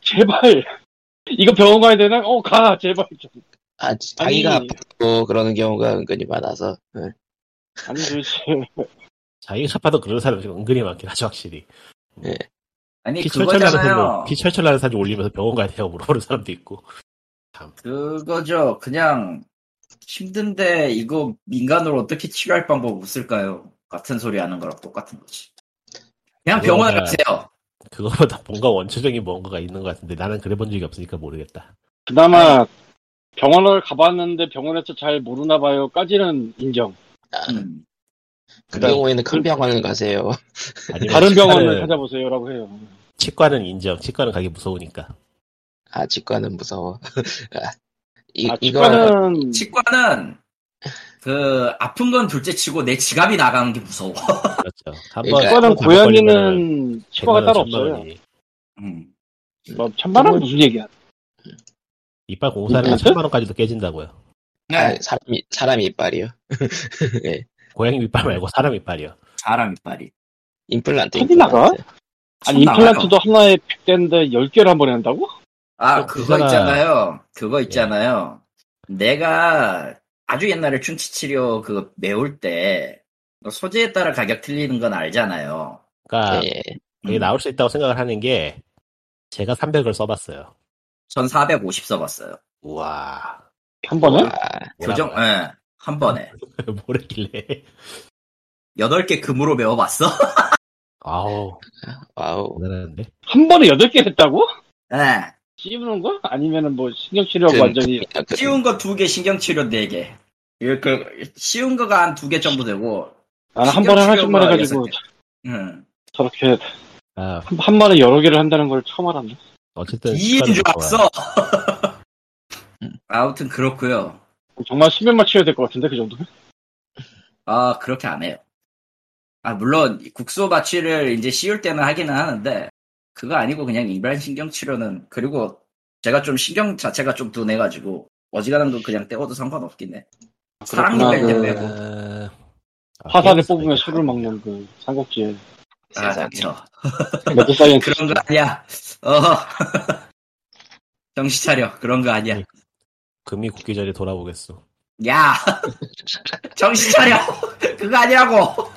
Speaker 4: 제발 이거 병원 가야 되나 어 가 제발 좀
Speaker 1: 아,
Speaker 4: 아니
Speaker 1: 자기가 아프고 그러는 경우가 은근히 많아서. 예.
Speaker 4: 아니 그 도대체
Speaker 2: 자기가 파도 그런 사람이 은근히 많긴 하죠, 확실히.
Speaker 4: 네,
Speaker 3: 아니
Speaker 2: 피철철하는 뭐
Speaker 3: 그거잖아요
Speaker 2: 사진, 피철철하는 사진 올리면서 병원 가야 되냐고 물어보는 사람도 있고.
Speaker 3: 그거죠 그냥 힘든데 이거 민간으로 어떻게 치료할 방법 없을까요 같은 소리 하는 거랑 똑같은 거지 그냥 병원에
Speaker 2: 그거는-
Speaker 3: 가세요
Speaker 2: 그거보다 뭔가 원초적인 뭔가가 있는 것 같은데 나는 그래본 적이 없으니까 모르겠다.
Speaker 4: 그나마 병원을 가봤는데 병원에서 잘 모르나 봐요까지는 인정
Speaker 3: 음.
Speaker 1: 그
Speaker 4: 그러니까 그다음-
Speaker 1: 경우에는 큰 병원을 가세요.
Speaker 2: 아니면
Speaker 4: 다른 병원을
Speaker 2: 치과는-
Speaker 4: 찾아보세요라고 해요
Speaker 2: 치과는 인정. 치과는 가기 무서우니까.
Speaker 1: 아, 치과는 무서워. <laughs> 아, 이,
Speaker 4: 아,
Speaker 1: 이거는
Speaker 4: 치과는
Speaker 3: 치과는 그 아픈 건 둘째 치고 내 지갑이 나가는 게 무서워.
Speaker 2: 그렇죠. 한번
Speaker 1: 그러니까
Speaker 4: 치과는
Speaker 2: 잘못 걸리면은
Speaker 4: 고양이는 치과가
Speaker 2: 100만 원,
Speaker 4: 따로
Speaker 2: 1000만
Speaker 4: 없어요.
Speaker 2: 원이니.
Speaker 3: 음.
Speaker 4: 뭐 천만 원 무슨 얘기야?
Speaker 2: 이빨 공사는
Speaker 4: 진짜?
Speaker 2: 1000만 원까지도 깨진다고요.
Speaker 3: 네.
Speaker 1: 아, 사람이, 사람 이빨이요. 예.
Speaker 2: 고양이 이빨 말고 사람 이빨이요.
Speaker 3: 사람 이빨이.
Speaker 1: 임플란트.
Speaker 4: 큰일 나가? 아니
Speaker 3: 손
Speaker 4: 임플란트도
Speaker 3: 나가요.
Speaker 4: 하나에 100대인데 10개를 한 번에 한다고?
Speaker 3: 아
Speaker 2: 또
Speaker 3: 그거
Speaker 2: 그거나-
Speaker 3: 있잖아요. 예. 그거 있잖아요. 내가 아주 옛날에 충치 치료 그 메울 때뭐 소재에 따라 가격 틀리는 건 알잖아요. 음.
Speaker 2: 그러니까
Speaker 1: 예.
Speaker 2: 그게 나올 수 있다고 생각을 하는 게 제가 300을 써봤어요.
Speaker 3: 전 450 써봤어요.
Speaker 2: 우와.
Speaker 4: 한 번에?
Speaker 1: 와,
Speaker 3: 교정,
Speaker 4: 아.
Speaker 2: 뭐라
Speaker 3: 예, 한 번에
Speaker 2: 그래. <laughs> 뭐랬길래.
Speaker 3: 8개 금으로 메워봤어. <laughs>
Speaker 2: 아우
Speaker 1: 와우.
Speaker 2: 대단한데.
Speaker 4: 한 번에 8개 했다고?
Speaker 3: 예.
Speaker 4: 씹는 거? 아니면은 뭐 신경치료하고
Speaker 1: 그-
Speaker 4: 완전히
Speaker 1: 그냥 그-
Speaker 3: 쉬운 거 두 개, 신경치료 네 개. 이렇게 쉬운 거가 한 두 개 정도 되고,
Speaker 4: 나는 한 번에
Speaker 3: 신경치료가
Speaker 4: 하나씩만 해가지고
Speaker 3: 여섯 음.
Speaker 4: 저렇게
Speaker 2: 아,
Speaker 4: 한, 한 번에 여러 개를 한다는 걸 처음 알았네.
Speaker 2: 어쨌든.
Speaker 3: 2인
Speaker 2: 시간은
Speaker 3: 줄
Speaker 2: 좋아요.
Speaker 3: 알았어. <laughs> 아무튼 그렇고요.
Speaker 4: 정말 수면 맞춰야 될 것 같은데 그 정도면?
Speaker 3: 아, 그렇게 안 해요. 아, 물론 국소 마취를 이제 씌울 때는 하기는 하는데 그거 아니고 그냥 일반 신경 치료는 그리고 제가 좀 신경 자체가 좀 둔해 가지고 어지간한 건 그냥 떼어도 상관없긴 해. 사람
Speaker 4: 그렇구나.
Speaker 3: 입에
Speaker 4: 그-
Speaker 3: 내고
Speaker 2: 아,
Speaker 4: 화산을
Speaker 2: 게임
Speaker 4: 뽑으면
Speaker 2: 사이트.
Speaker 4: 술을 먹는 그 삼국지의 <laughs>
Speaker 3: 아,
Speaker 1: 세상에.
Speaker 3: 저
Speaker 4: 매드 사이언스
Speaker 3: 그런 거 아니야. 어. <laughs> 정신 차려. 그런 거
Speaker 2: 네.
Speaker 3: 아니야.
Speaker 2: 금이 굳기 전에 돌아보겠어.
Speaker 3: 야. <laughs> 정신 차려. 그거 아니라고.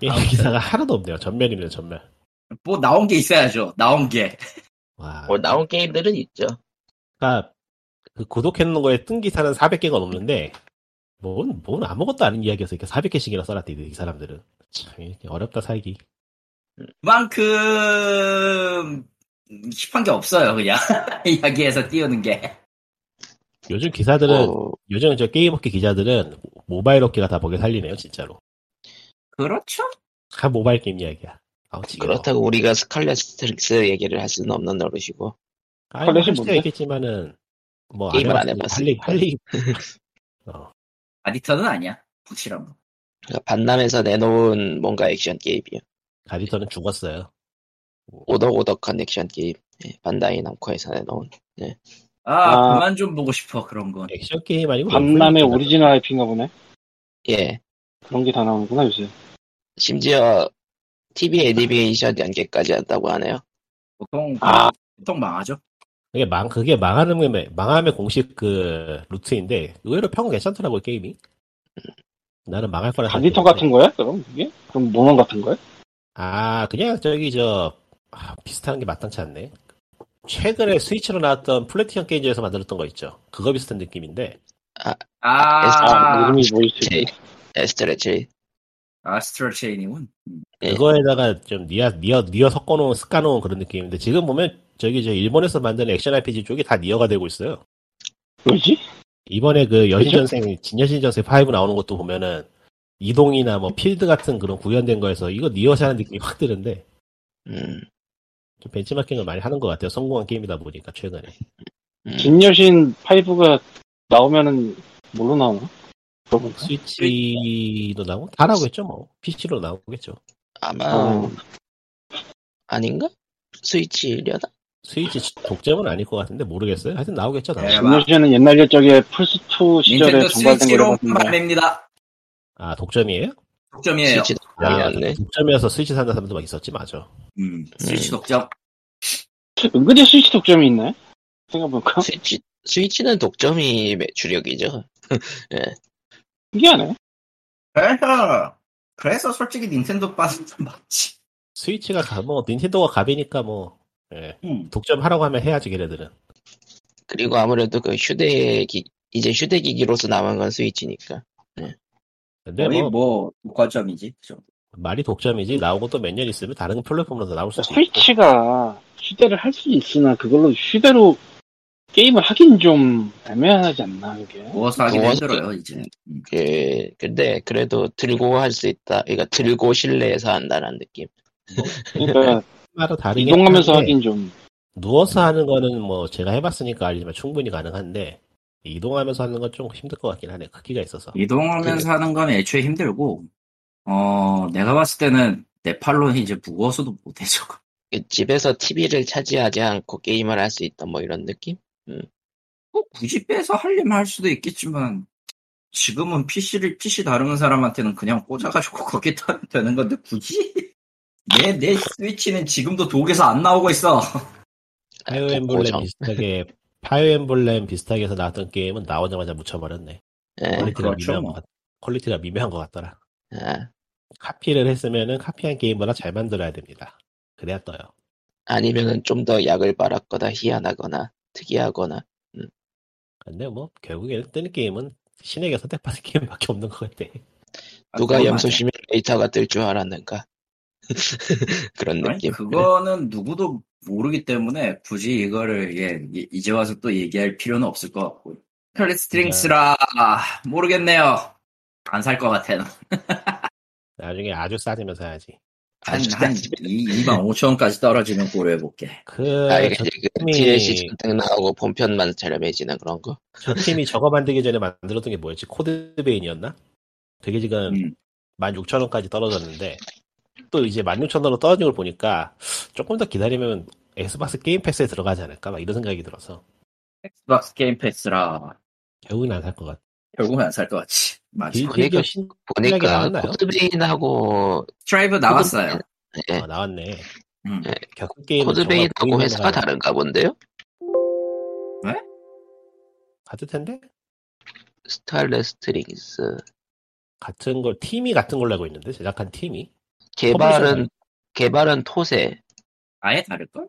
Speaker 2: 게임 기사가 하나도 없네요. 전면입니다, 전면.
Speaker 3: 뭐 나온 게 있어야죠. 나온 게.
Speaker 4: 어,
Speaker 2: 와.
Speaker 1: 뭐 나온 게임들은 있죠.
Speaker 2: 그러니까 그 구독했는 거에 뜬 기사는 400개가 넘는데 뭔, 뭔 아무것도 아닌 이야기여서 이렇게 400개씩이나 써놨대 이 사람들은 참 이렇게 어렵다 살기
Speaker 3: 그만큼 힙한 게 없어요. 그냥 <laughs> 이야기에서 띄우는 게.
Speaker 2: 요즘 기사들은
Speaker 1: 어,
Speaker 2: 요즘 저 게임업계 기자들은 모바일 업계가 다 먹여 살리네요 진짜로
Speaker 3: 그렇죠.
Speaker 2: 다 모바일 게임 이야기야 아우 지겨워
Speaker 1: 그렇다고 우리가 스칼렛 스트릭스 얘기를 할 수는 없는 노릇이고
Speaker 2: 아니
Speaker 4: 컬렉션
Speaker 2: 할 수도
Speaker 4: 뭔데?
Speaker 2: 있겠지만은 뭐
Speaker 1: 게임을
Speaker 2: 해봤-
Speaker 1: 안 해봤으니까.
Speaker 2: 할리 할리 <laughs> 어,
Speaker 3: 아디터는 아니야. 확실한 거.
Speaker 1: 그러니까 반남에서 내놓은 뭔가 액션 게임이요.
Speaker 2: 가디터는 죽었어요
Speaker 1: 오덕오덕한 액션 게임. 예, 반다이 남코에서 내놓은.
Speaker 3: 아,
Speaker 4: 아.
Speaker 3: 그만 좀 보고 싶어, 그런 건.
Speaker 2: 액션 게임
Speaker 3: 음.
Speaker 2: 아니고
Speaker 4: 밤남의
Speaker 2: 뭐
Speaker 4: 오리지널 IP인가 보네.
Speaker 1: 예,
Speaker 4: 그런 게 다 나오는구나 요새.
Speaker 1: 심지어 TV 애니메이션 연계까지 한다고 하네요.
Speaker 3: 보통,
Speaker 4: 아.
Speaker 3: 보통 망하죠.
Speaker 2: 그게 망 그게 망하는 게 망함의 공식 그 루트인데 의외로 평은 괜찮더라고 요 게임이. 나는 망할
Speaker 3: 네.
Speaker 2: 거라
Speaker 4: 가디터
Speaker 2: 생각했는데.
Speaker 4: 같은 거야? 그럼 이게? 그럼 모험 같은 거야?
Speaker 2: 아 그냥 저기 저 아, 비슷한 게 마땅치 않네. 최근에 스위치로 나왔던 플래티넘 게임즈에서 만들었던 거 있죠. 그거 비슷한 느낌인데
Speaker 4: 아,
Speaker 3: 아,
Speaker 1: 에스파.
Speaker 4: 이름이 뭐였지?
Speaker 1: 제 에스트레치.
Speaker 3: 아스트럴 체인이군. 음.
Speaker 1: 예.
Speaker 2: 그거에다가 좀 니어 니어 니어 섞어놓은 섞어놓은 그런 느낌인데 지금 보면 저기 저 일본에서 만든 액션 RPG 쪽이 다 니어가 되고 있어요.
Speaker 4: 뭐지?
Speaker 2: 이번에 그 여신전생, 진여신전생 5 나오는 것도 보면은, 이동이나 뭐 필드 같은 그런 구현된 거에서 이거 니어샤는 느낌이 확 드는데,
Speaker 1: 음,
Speaker 2: 좀 벤치마킹을 많이 하는 것 같아요. 성공한 게임이다 보니까, 최근에.
Speaker 1: 음.
Speaker 4: 진여신 5가 나오면은 뭘로 나오나? 그러고
Speaker 2: 스위치도 나오고, 다 나오겠죠, 뭐. PC로 나오겠죠.
Speaker 1: 아마
Speaker 4: 어,
Speaker 1: 아닌가? 스위치려나?
Speaker 2: 스위치 독점은 아닐 것 같은데, 모르겠어요. 하여튼 나오겠죠, 나오
Speaker 3: 네.
Speaker 4: 진여신은 옛날 옛적에 플스2 시절에
Speaker 3: 닌텐도
Speaker 4: 정발된 거로
Speaker 3: 스위치로
Speaker 4: 같은데
Speaker 3: 판매입니다.
Speaker 2: 아, 독점이에요?
Speaker 3: 독점이에요.
Speaker 1: 스위치
Speaker 2: 아,
Speaker 1: 독점이었네.
Speaker 2: 독점이어서 스위치 산다 사람도 막 있었지, 맞아.
Speaker 3: 음,
Speaker 4: 네.
Speaker 3: 스위치 독점.
Speaker 4: 은근히 스위치 독점이 있네? 생각해보니까
Speaker 1: 스위치 스위치는 독점이 매- 주력이죠.
Speaker 4: 신기하네
Speaker 3: 그래서, 그래서 솔직히 닌텐도 빠진 좀 맞지.
Speaker 2: 스위치가 가, 뭐, 닌텐도가 갑이니까 뭐, 예.
Speaker 3: 음.
Speaker 2: 독점하라고 하면 해야지, 걔네들은.
Speaker 1: 그리고 아무래도 그 휴대기 이제 휴대기기로서 남은 건 스위치니까.
Speaker 2: 근데
Speaker 4: 네,
Speaker 3: 거의
Speaker 2: 뭐,
Speaker 3: 뭐, 독과점이지. 그죠.
Speaker 2: 말이 독점이지 나오고 또 몇 년 있으면 다른 플랫폼으로도 나올 수도 있고
Speaker 4: 스위치가 휴대를 할 수 있으나 그걸로 휴대로 게임을 하긴 좀 애매하지 않나 그게
Speaker 3: 누워서
Speaker 4: 뭐,
Speaker 3: 하기도
Speaker 1: 누워서-
Speaker 3: 힘들어요, 이제. 음.
Speaker 1: 그 근데 그래도 들고 할 수 있다. 그러니까 들고 실내에서 한다는 느낌.
Speaker 4: 그러니까
Speaker 3: <laughs>
Speaker 2: 말은 다르긴
Speaker 4: 이동하면서
Speaker 2: 한데
Speaker 4: 하긴 좀
Speaker 2: 누워서 하는 거는 뭐 제가 해봤으니까 알지만 충분히 가능한데 이동하면서 하는 건 좀 힘들 것 같긴 하네 크기가 있어서
Speaker 1: 네.
Speaker 3: 이동하면서 하는 건 애초에 힘들고, 어, 내가 봤을 때는 내 팔로는 이제 무거워서도 <laughs> 못해, 저거.
Speaker 1: 그 집에서 TV를 차지하지 않고 게임을 할 수 있다. 뭐 이런 느낌?
Speaker 3: 꼭 굳이 빼서 하려면 할 수도 있겠지만 지금은 PC를 PC 다루는 사람한테는 그냥 꽂아가지고 <laughs> 거기다 하면 되는 건데 굳이 내 내 스위치는 지금도 독일에서 안 나오고
Speaker 1: <laughs>
Speaker 3: 있어.
Speaker 4: 아,
Speaker 2: 파이어
Speaker 1: 독
Speaker 2: 엠블렘
Speaker 1: 아, 고정.
Speaker 2: 비슷하게 <laughs> 파이어 엠블렘 비슷하게 해서 나왔던 게임은 나오자마자 묻혀버렸네
Speaker 1: 예.
Speaker 2: 퀄리티가
Speaker 3: 그렇죠,
Speaker 2: 미묘한
Speaker 3: 뭐.
Speaker 2: 것 같- 퀄리티가 미묘한 것 같더라
Speaker 1: 아,
Speaker 2: 카피를 했으면은 카피한 게임보다 잘 만들어야 됩니다 그래야 떠요
Speaker 1: 아니면은 좀 더 약을 빨았거나 희한하거나 특이하거나.
Speaker 2: 근데 뭐 결국에는 뜨는 게임은 <laughs> 신에게 선택받은 게임밖에 없는 것 같아
Speaker 1: 누가
Speaker 3: 그건
Speaker 1: 염소
Speaker 3: 맞아.
Speaker 1: 시뮬레이터가 <laughs> 뜰 줄 알았는가? 그런
Speaker 3: 아니,
Speaker 1: 느낌.
Speaker 3: 그거는 누구도 모르기 때문에 굳이 이거를 예, 이- 이제 와서 또 얘기할 필요는 없을 것 같고. 펠리 스트링스라 모르겠네요. 안 살 것 같아요.
Speaker 2: 나중에 아주 싸지면 사야지.
Speaker 3: 한,
Speaker 1: 아주
Speaker 3: 한
Speaker 1: 싸지면-
Speaker 3: 2, 만 5천원까지 떨어지면 고려해볼게.
Speaker 2: 그,
Speaker 1: 아, 이게
Speaker 2: 저,
Speaker 1: 이제 그
Speaker 2: 팀이-
Speaker 1: DLC 전쟁 나오고 본편만 저렴해지는 그런 거?
Speaker 2: 저 팀이 저거 만들기 전에 만들었던 게 뭐였지? 코드베인이었나? 그게 지금
Speaker 3: 음.
Speaker 2: 16,000원까지 떨어졌는데, 또 이제 16,000원으로 떨어진 걸 보니까, 조금 더 기다리면 엑스박스 게임 패스에 들어가지 않을까? 막 이런 생각이 들어서,
Speaker 3: 엑스박스 게임 패스라
Speaker 2: 결국엔 안 살 것 같아.
Speaker 3: 결국은 안 살 것 같지. 맞아.
Speaker 2: 딜-
Speaker 1: 보니까-
Speaker 2: 딜기어 신, 신작이
Speaker 1: 보니까
Speaker 2: 나왔나요?
Speaker 1: 코드베인하고
Speaker 3: 스트라이브 나왔어요.
Speaker 1: 네.
Speaker 2: 어, 나왔네.
Speaker 3: 음.
Speaker 2: 격투 게임
Speaker 1: 코드베인하고 회사가 다른가 본데요?
Speaker 2: 같을 텐데
Speaker 1: 스타일레스트링스
Speaker 2: 같은 걸 팀이 같은 걸로 알고 있는데 제작한 팀이
Speaker 1: 개발은 개발은 토세
Speaker 3: 아예 다를걸?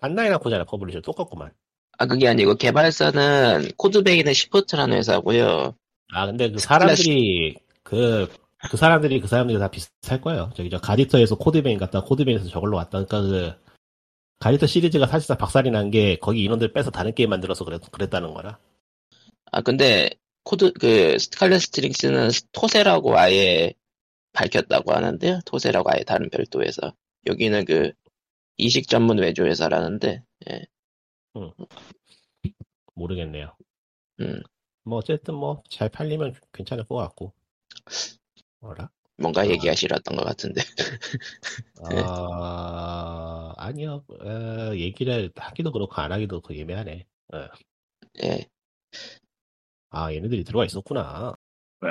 Speaker 2: 안나이나 코잖아 퍼블리셔 똑같구만.
Speaker 1: 아 그게 아니고 개발사는 코드베인은 시프트라는 회사고요.
Speaker 2: 아 근데 그
Speaker 1: 스플래시.
Speaker 2: 사람들이 그, 그 사람들이 그 사람들이 다 비슷할 거예요. 저기 저 가디터에서 코드베인 갔다 코드베인에서 저걸로 왔다. 그러니까 그 가디터 시리즈가 사실상 박살이 난 게 거기 인원들 빼서 다른 게임 만들어서 그랬, 그랬다는 거라.
Speaker 1: 아 근데 코드 그 스칼렛스트링스는 토세라고 아예 밝혔다고 하는데요. 토세라고 아예 다른 별도에서 여기는 그 이식 전문 외조 회사라는데 예.
Speaker 2: 모르겠네요.
Speaker 1: 음.
Speaker 2: 뭐 어쨌든 뭐 잘 팔리면 괜찮을 것 같고. 뭐라?
Speaker 1: 뭔가 얘기가 싫었던 것 같은데 <laughs> 네.
Speaker 2: 아 아니요. 어, 얘기를 하기도 그렇고 안 하기도 그렇고 예매하네.
Speaker 1: 예.
Speaker 2: 아 얘네들이 들어와 있었구나.
Speaker 3: 왜?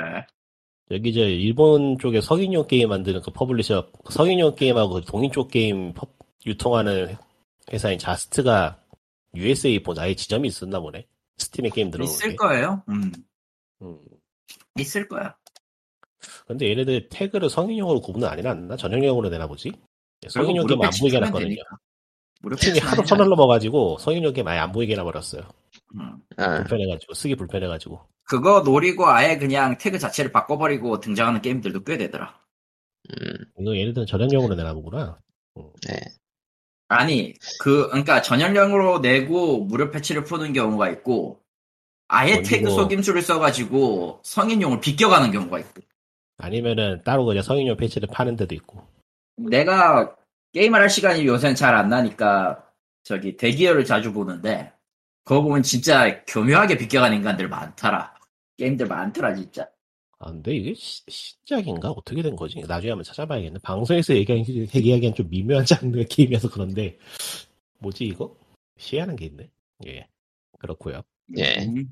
Speaker 2: 여기 이제 일본 쪽에 성인용 게임 만드는 그 퍼블리셔 성인용 게임하고 그 동인 쪽 게임 퍼- 유통하는 회사인 자스트가 USA 본 아예 지점이 있었나 보네. 스팀에 게임 들어오는
Speaker 3: 있을
Speaker 2: 게.
Speaker 3: 거예요. 음.
Speaker 2: 음.
Speaker 3: 있을 거야.
Speaker 2: 근데 얘네들 태그를 성인용으로 구분을 안 해놨나? 전용용으로 내나 보지? 성인용 게임 안 보이게 놨거든요.
Speaker 3: 무료
Speaker 2: 팀이 하도 선을 넘어가지고 성인용 게임 아예 안 보이게 나버렸어요.
Speaker 1: 아,
Speaker 2: 불편해가지고 쓰기 불편해가지고.
Speaker 3: 음. 그거 노리고 아예 그냥 태그 자체를 바꿔버리고 등장하는 게임들도 꽤 되더라.
Speaker 1: 음,
Speaker 2: 이거 얘네들은 전용용으로 내나 보구나.
Speaker 1: 네.
Speaker 3: 아니, 그, 그러니까 전연령으로 내고 무료 패치를 푸는 경우가 있고, 아예
Speaker 2: 어디고.
Speaker 3: 태그 속임수를 써가지고 성인용을 비껴가는 경우가 있고.
Speaker 2: 아니면은 따로 그냥 성인용 패치를 파는 데도 있고.
Speaker 3: 내가 게임을 할 시간이 요새는 잘 안 나니까, 저기, 대기열을 자주 보는데, 그거 보면 진짜 교묘하게 비껴가는 인간들 많더라. 게임들 많더라, 진짜.
Speaker 2: 아, 근데 이게 시, 시작인가? 어떻게 된 거지? 나중에 한번 찾아봐야겠네. 방송에서 얘기하기, 얘기하기엔 좀 미묘한 <laughs> 장르의 게임이어서 그런데, 뭐지, 이거? 시하는 게 있네. 예. 그렇고요
Speaker 1: 예.
Speaker 3: 음,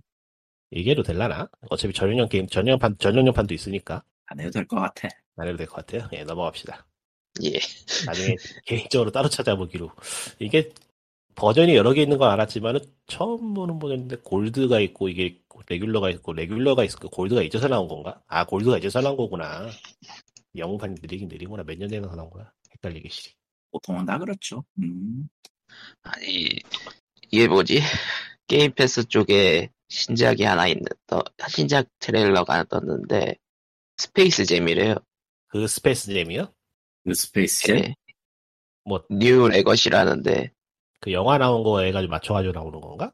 Speaker 2: 얘기해도 될라나? 어차피 전용형 게임, 전용판, 전용형판도 있으니까,
Speaker 3: 안 해도 될 것 같아.
Speaker 2: 안 해도 될 것 같아요. 예, 넘어갑시다.
Speaker 1: 예.
Speaker 2: 나중에 개인적으로 따로 찾아보기로. 이게 버전이 여러 개 있는 건 알았지만은, 처음 보는 버전인데, 골드가 있고, 이게 레귤러가 있고, 레귤러가 있고, 골드가 이제서 나온 건가? 아, 골드가 이제서 나온 거구나. 영웅판이 느리긴 느리구나. 몇 년 전에 나온 거야. 헷갈리기 싫어.
Speaker 3: 보통은 다 그렇죠. 음.
Speaker 1: 아니 이게 뭐지? 게임 패스 쪽에 신작이 하나 있는 떠, 신작 트레일러가 하나 떴는데 스페이스 잼이래요.
Speaker 2: 그 스페이스 잼이요?
Speaker 3: 그 스페이스
Speaker 1: 예.
Speaker 2: 뭐.
Speaker 1: 뉴 레거시라는데
Speaker 2: 그 영화 나온 거 해가지고 맞춰가지고 나오는 건가?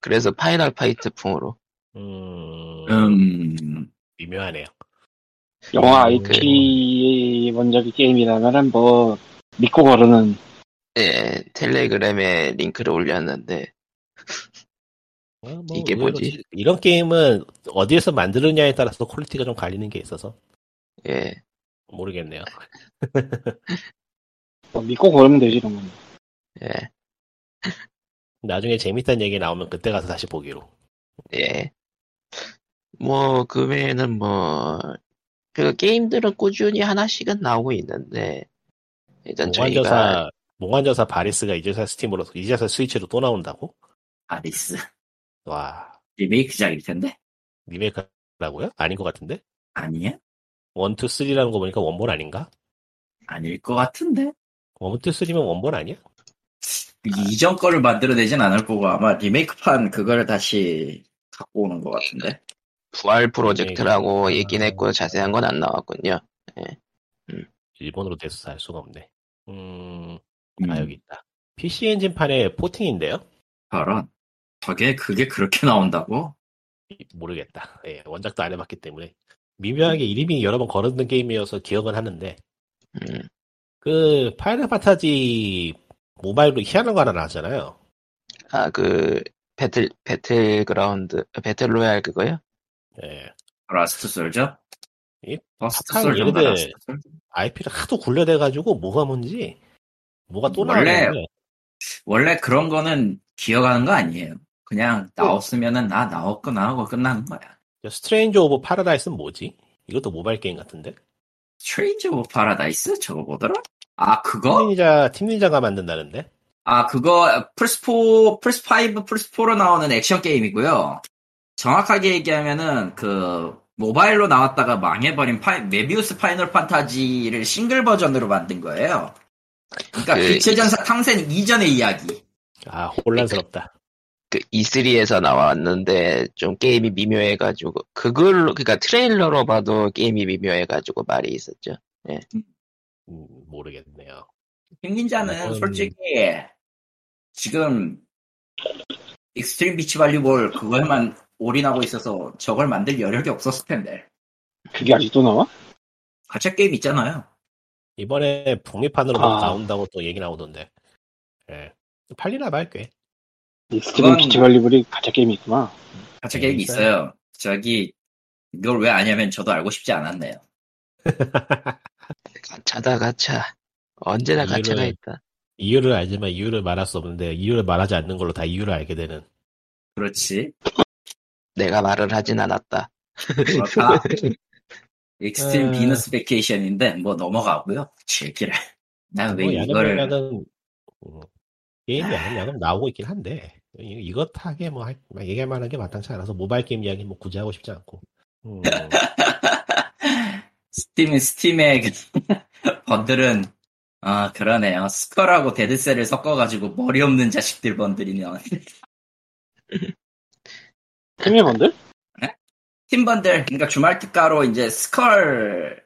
Speaker 1: 그래서 파이널 파이트풍으로
Speaker 2: 음,
Speaker 3: 음,
Speaker 2: 미묘하네요.
Speaker 4: 영화
Speaker 2: 음,
Speaker 4: IP의 원작이 게임이라면 뭐 믿고 거르는
Speaker 1: 예 텔레그램에 링크를 올렸는데
Speaker 2: 아, 뭐
Speaker 1: 이게
Speaker 2: 의외로
Speaker 1: 뭐지?
Speaker 2: 지- 이런 게임은 어디에서 만드느냐에 따라서 퀄리티가 좀 갈리는 게 있어서
Speaker 1: 예
Speaker 2: 모르겠네요.
Speaker 4: 뭐 믿고 거르면 되지 이런 건.
Speaker 1: 예,
Speaker 2: 나중에 재밌다는 얘기 나오면 그때 가서 다시 보기로.
Speaker 1: 예. 뭐, 그 외에는 뭐, 그 게임들은 꾸준히 하나씩은 나오고 있는데,
Speaker 2: 뭐
Speaker 1: 일단 저희가,
Speaker 2: 몽환저사 몽환저사 바리스가 이제서 스팀으로 이제서 스위치로 또 나온다고?
Speaker 3: 아리스.
Speaker 2: 와
Speaker 3: 리메이크작일 텐데?
Speaker 2: 리메이크라고요? 아닌 것 같은데?
Speaker 3: 아니야?
Speaker 2: 원투 쓰리라는 거 보니까 원본 아닌가?
Speaker 3: 아닐 것 같은데?
Speaker 2: 원투 쓰리면 원본 아니야? 아.
Speaker 3: 이전 거를 만들어내진 않을 거고, 아마 리메이크판 그걸 다시 갖고 오는 것 같은데?
Speaker 1: 부활 프로젝트라고
Speaker 2: 네,
Speaker 1: 얘긴 했고, 자세한 건 안 나왔군요.
Speaker 2: 일본으로 돼서 살 수가 없네. 음,
Speaker 5: 음,
Speaker 2: 아 여기 있다. PC 엔진판에 포팅인데요?
Speaker 3: 저런. 저게 그게 그렇게 나온다고?
Speaker 2: 이- 모르겠다. 예, 원작도 안 해봤기 때문에 미묘하게 이름이 여러 번 걸었던 게임이어서 기억은 하는데
Speaker 1: 음,
Speaker 2: 그 파이널 파타지 모바일로 희한한 거 하나 나왔잖아요.
Speaker 1: 아, 그, 배틀, 배틀그라운드, 배틀로얄 그거요?
Speaker 2: 예,
Speaker 3: 라스트 솔저?
Speaker 2: 이
Speaker 3: 라스트
Speaker 2: 박한
Speaker 3: 솔저인가
Speaker 2: 얘네들
Speaker 3: 라스트 솔저?
Speaker 2: IP를 하도 굴려대가지고 뭐가 뭔지 뭐가 또
Speaker 3: 원래
Speaker 2: 나왔는데
Speaker 3: 원래 그런 거는 기억하는 거 아니에요. 그냥 나왔으면은 나 나왔구나 하고 끝나는 거야.
Speaker 2: 스트레인저 오브 파라다이스는 뭐지? 이것도 모바일 게임 같은데?
Speaker 3: 트레인저 오브 파라다이스? 저거 뭐더라? 아 그거?
Speaker 2: 팀니자 팀니자가 만든다는데?
Speaker 3: 아 그거 플스4, 플스5, 플스4로 나오는 액션 게임이고요. 정확하게 얘기하면은 그 모바일로 나왔다가 망해버린 파 메비우스 파이널 판타지를 싱글 버전으로 만든 거예요. 그러니까
Speaker 1: 그-
Speaker 3: 빛의 전사 탕생 이전의 이야기.
Speaker 2: 아 혼란스럽다.
Speaker 1: 그 E3에서 나왔는데 좀 게임이 미묘해가지고 그걸로 그러니까 트레일러로 봐도 게임이 미묘해가지고 말이 있었죠.
Speaker 2: 음, 모르겠네요.
Speaker 3: 흑민자는
Speaker 2: 음.
Speaker 3: 솔직히 지금 익스트림 비치 발리볼 그걸만 올인하고 있어서 저걸 만들 여력이 없었을 텐데
Speaker 4: 그게 아직도 나와?
Speaker 3: 가챠 게임 있잖아요.
Speaker 2: 이번에 북미판으로 막
Speaker 4: 아.
Speaker 2: 나온다고 또 얘기 나오던데. 예. 팔리나 말게.
Speaker 4: 익스트림
Speaker 3: 그건-
Speaker 4: 비치발리블이 가짜 게임이 있구나.
Speaker 3: 가챠
Speaker 2: 네,
Speaker 3: 게임이
Speaker 2: 있어요.
Speaker 3: 있어요. 저기 이걸 왜 아냐면 저도 알고 싶지 않았네요.
Speaker 1: 가차다 가차. 언제나
Speaker 2: 이유를-
Speaker 1: 가차가 있다.
Speaker 2: 이유를 알지만 이유를 말할 수 없는데 이유를 말하지 않는 걸로 다 이유를 알게 되는.
Speaker 3: 그렇지.
Speaker 1: 내가 말을 하진 않았다.
Speaker 2: 그러니까. <laughs>
Speaker 3: 그렇다. 익스트림
Speaker 2: 음.
Speaker 3: 비너스 베케이션인데 뭐 넘어가고요. 즐기라. 난 왜
Speaker 2: 뭐
Speaker 3: 아, 네, 이거를 아.
Speaker 2: 야금야금 음, 게임이 야금야금 나오고 있긴 한데 이- 이것 하게 뭐 할- 막 얘기할 만한 게 마땅치 않아서 모바일 게임 이야기 뭐 굳이 하고 싶지 않고. 음,
Speaker 3: 스팀 스팀의 그 <laughs> 번들은 아 그러네요. 스컬하고 데드셀을 섞어가지고 머리 없는 자식들 번들이 나왔네.
Speaker 4: 팀의 번들?
Speaker 3: 팀 번들 그러니까 주말 특가로 이제 스컬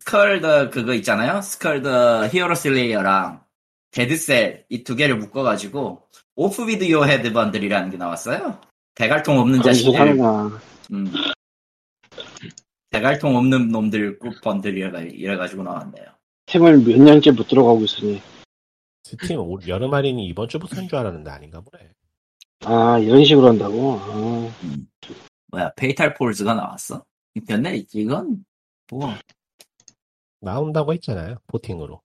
Speaker 3: 스컬 더 그거 있잖아요. 스컬 더 히어로 슬레이어랑 데드셀 이 두 개를 묶어가지고 오프 비드 요 헤드 번들이라는 게 나왔어요. 대갈통 없는
Speaker 4: 그런 짓
Speaker 3: 자식들
Speaker 4: 하는구나.
Speaker 3: 음. 대갈통 없는 놈들 꼭 번들이라 이래가지고 나왔네요.
Speaker 4: 팀을 몇 년째 못 들어가고 있으니.
Speaker 2: 스팀 올- 여름 할인이 이번 주부터인 줄 알았는데 아닌가 보네.
Speaker 4: 아, 이런 식으로 한다고? 아,
Speaker 3: 뭐야 페이탈 폴즈가 나왔어? 근데 이건 뭐
Speaker 2: 나온다고 했잖아요. 포팅으로.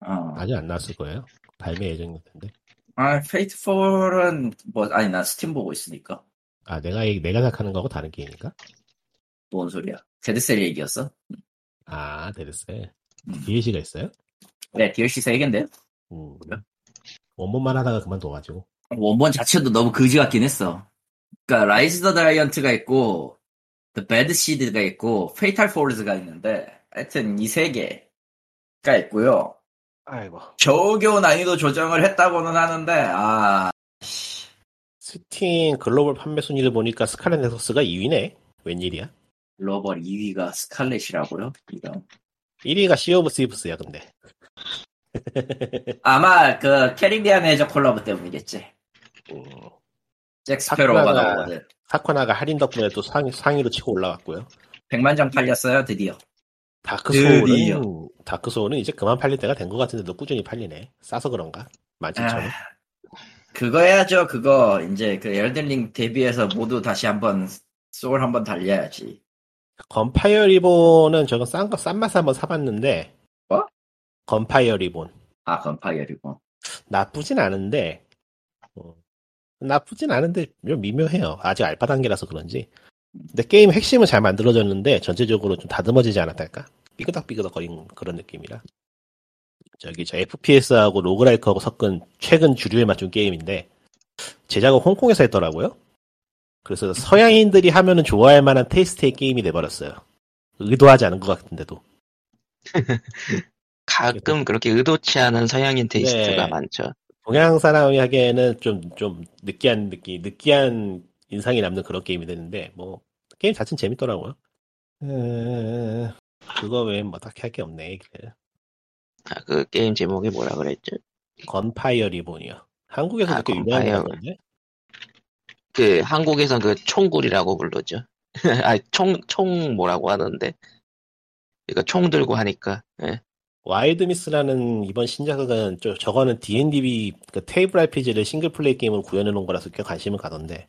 Speaker 3: 어.
Speaker 2: 아직 안 나왔을 거예요. 발매 예정일 텐데.
Speaker 3: 아 페이트 폴은 뭐 아니 나 스팀 보고 있으니까
Speaker 2: 아 내가 얘기- 내가 생각하는 거하고 다른 게임인가?
Speaker 3: 뭔 소리야? 데드셀 얘기였어?
Speaker 2: 아, 데르셀.
Speaker 3: 음.
Speaker 2: DLC가 있어요?
Speaker 3: 네 DLC 세 개인데요.
Speaker 2: 음.
Speaker 3: 그래요?
Speaker 2: 원본만 하다가 그만둬가지고.
Speaker 3: 원본 자체도 너무 그지 같긴 했어. 그러니까 라이즈 더 다이언트가 있고 더 배드 시드가 있고 페이탈 폴즈가 있는데 하여튼 이 세 개가 있고요.
Speaker 2: 아이고.
Speaker 3: 겨우겨우 난이도 조정을 했다고는 하는데 아
Speaker 2: 스팀 글로벌 판매 순위를 보니까 스칼렛 넥서스가 2위네. 웬일이야?
Speaker 3: 글로벌 2위가 스칼렛이라고요? 이거
Speaker 2: 1위가 시 오브 시브스야, 근데.
Speaker 3: 아마 그 캐리비안 해적 콜라보 때문이겠지.
Speaker 2: 음,
Speaker 3: 잭 스페로가
Speaker 2: 사쿠라가-
Speaker 3: 나오거든.
Speaker 2: 사코나가 할인 덕분에 또 상, 상위로 치고 올라갔고요.
Speaker 3: 100만 장 팔렸어요, 드디어.
Speaker 2: 다크
Speaker 3: 드디어.
Speaker 2: 소울은 다크 소울은 이제 그만 팔릴 때가 된 것 같은데도 꾸준히 팔리네. 싸서 그런가? 17,000원.
Speaker 3: 아, 그거 해야죠, 그거. 이제 그 엘든링 데뷔해서 모두 다시 한번 소울 한번 달려야지.
Speaker 2: 건파이어 리본은 저건 싼 거 싼 맛에 한번 사봤는데.
Speaker 3: 뭐?
Speaker 2: 건파이어 리본.
Speaker 3: 아, 건파이어리고.
Speaker 2: 나쁘진 않은데 어, 나쁘진 않은데 좀 미묘해요. 아직 알파 단계라서 그런지. 근데 게임 핵심은 잘 만들어졌는데 전체적으로 좀 다듬어지지 않았달까? 삐그덕삐그덕거리는 그런 느낌이라. 저기 저 FPS하고 로그라이크하고 섞은 최근 주류에 맞춘 게임인데 제작은 홍콩에서 했더라고요. 그래서 서양인들이 하면은 좋아할 만한 테이스트의 게임이 돼버렸어요. 의도하지 않은 것 같은데도.
Speaker 1: 가끔 그렇게 의도치 않은 서양인 테이스트가
Speaker 2: 네.
Speaker 1: 많죠.
Speaker 2: 동양 사람이 하기에는 좀, 좀 느끼한 느끼, 느끼한 인상이 남는 그런 게임이 되는데, 뭐, 게임 자체는 재밌더라고요. 에, 그거 외엔 뭐 딱히 할 게 없네. 그래.
Speaker 1: 아, 그 게임 제목이 뭐라 그랬죠?
Speaker 2: 건파이어 리본이요. 한국에서
Speaker 1: 아,
Speaker 2: 그렇게 유명한
Speaker 1: 건파이어.
Speaker 2: 거 같은데?
Speaker 1: 그 한국에선 그 총굴이라고 부르죠. <laughs> 아, 총, 총 뭐라고 하는데. 그러니까 총 들고 하니까. 예.
Speaker 2: 와일드미스라는 이번 신작은 저, 저거는 D&D 그 테이블 RPG를 싱글 플레이 게임으로 구현해 놓은 거라서 꽤 관심을 가던데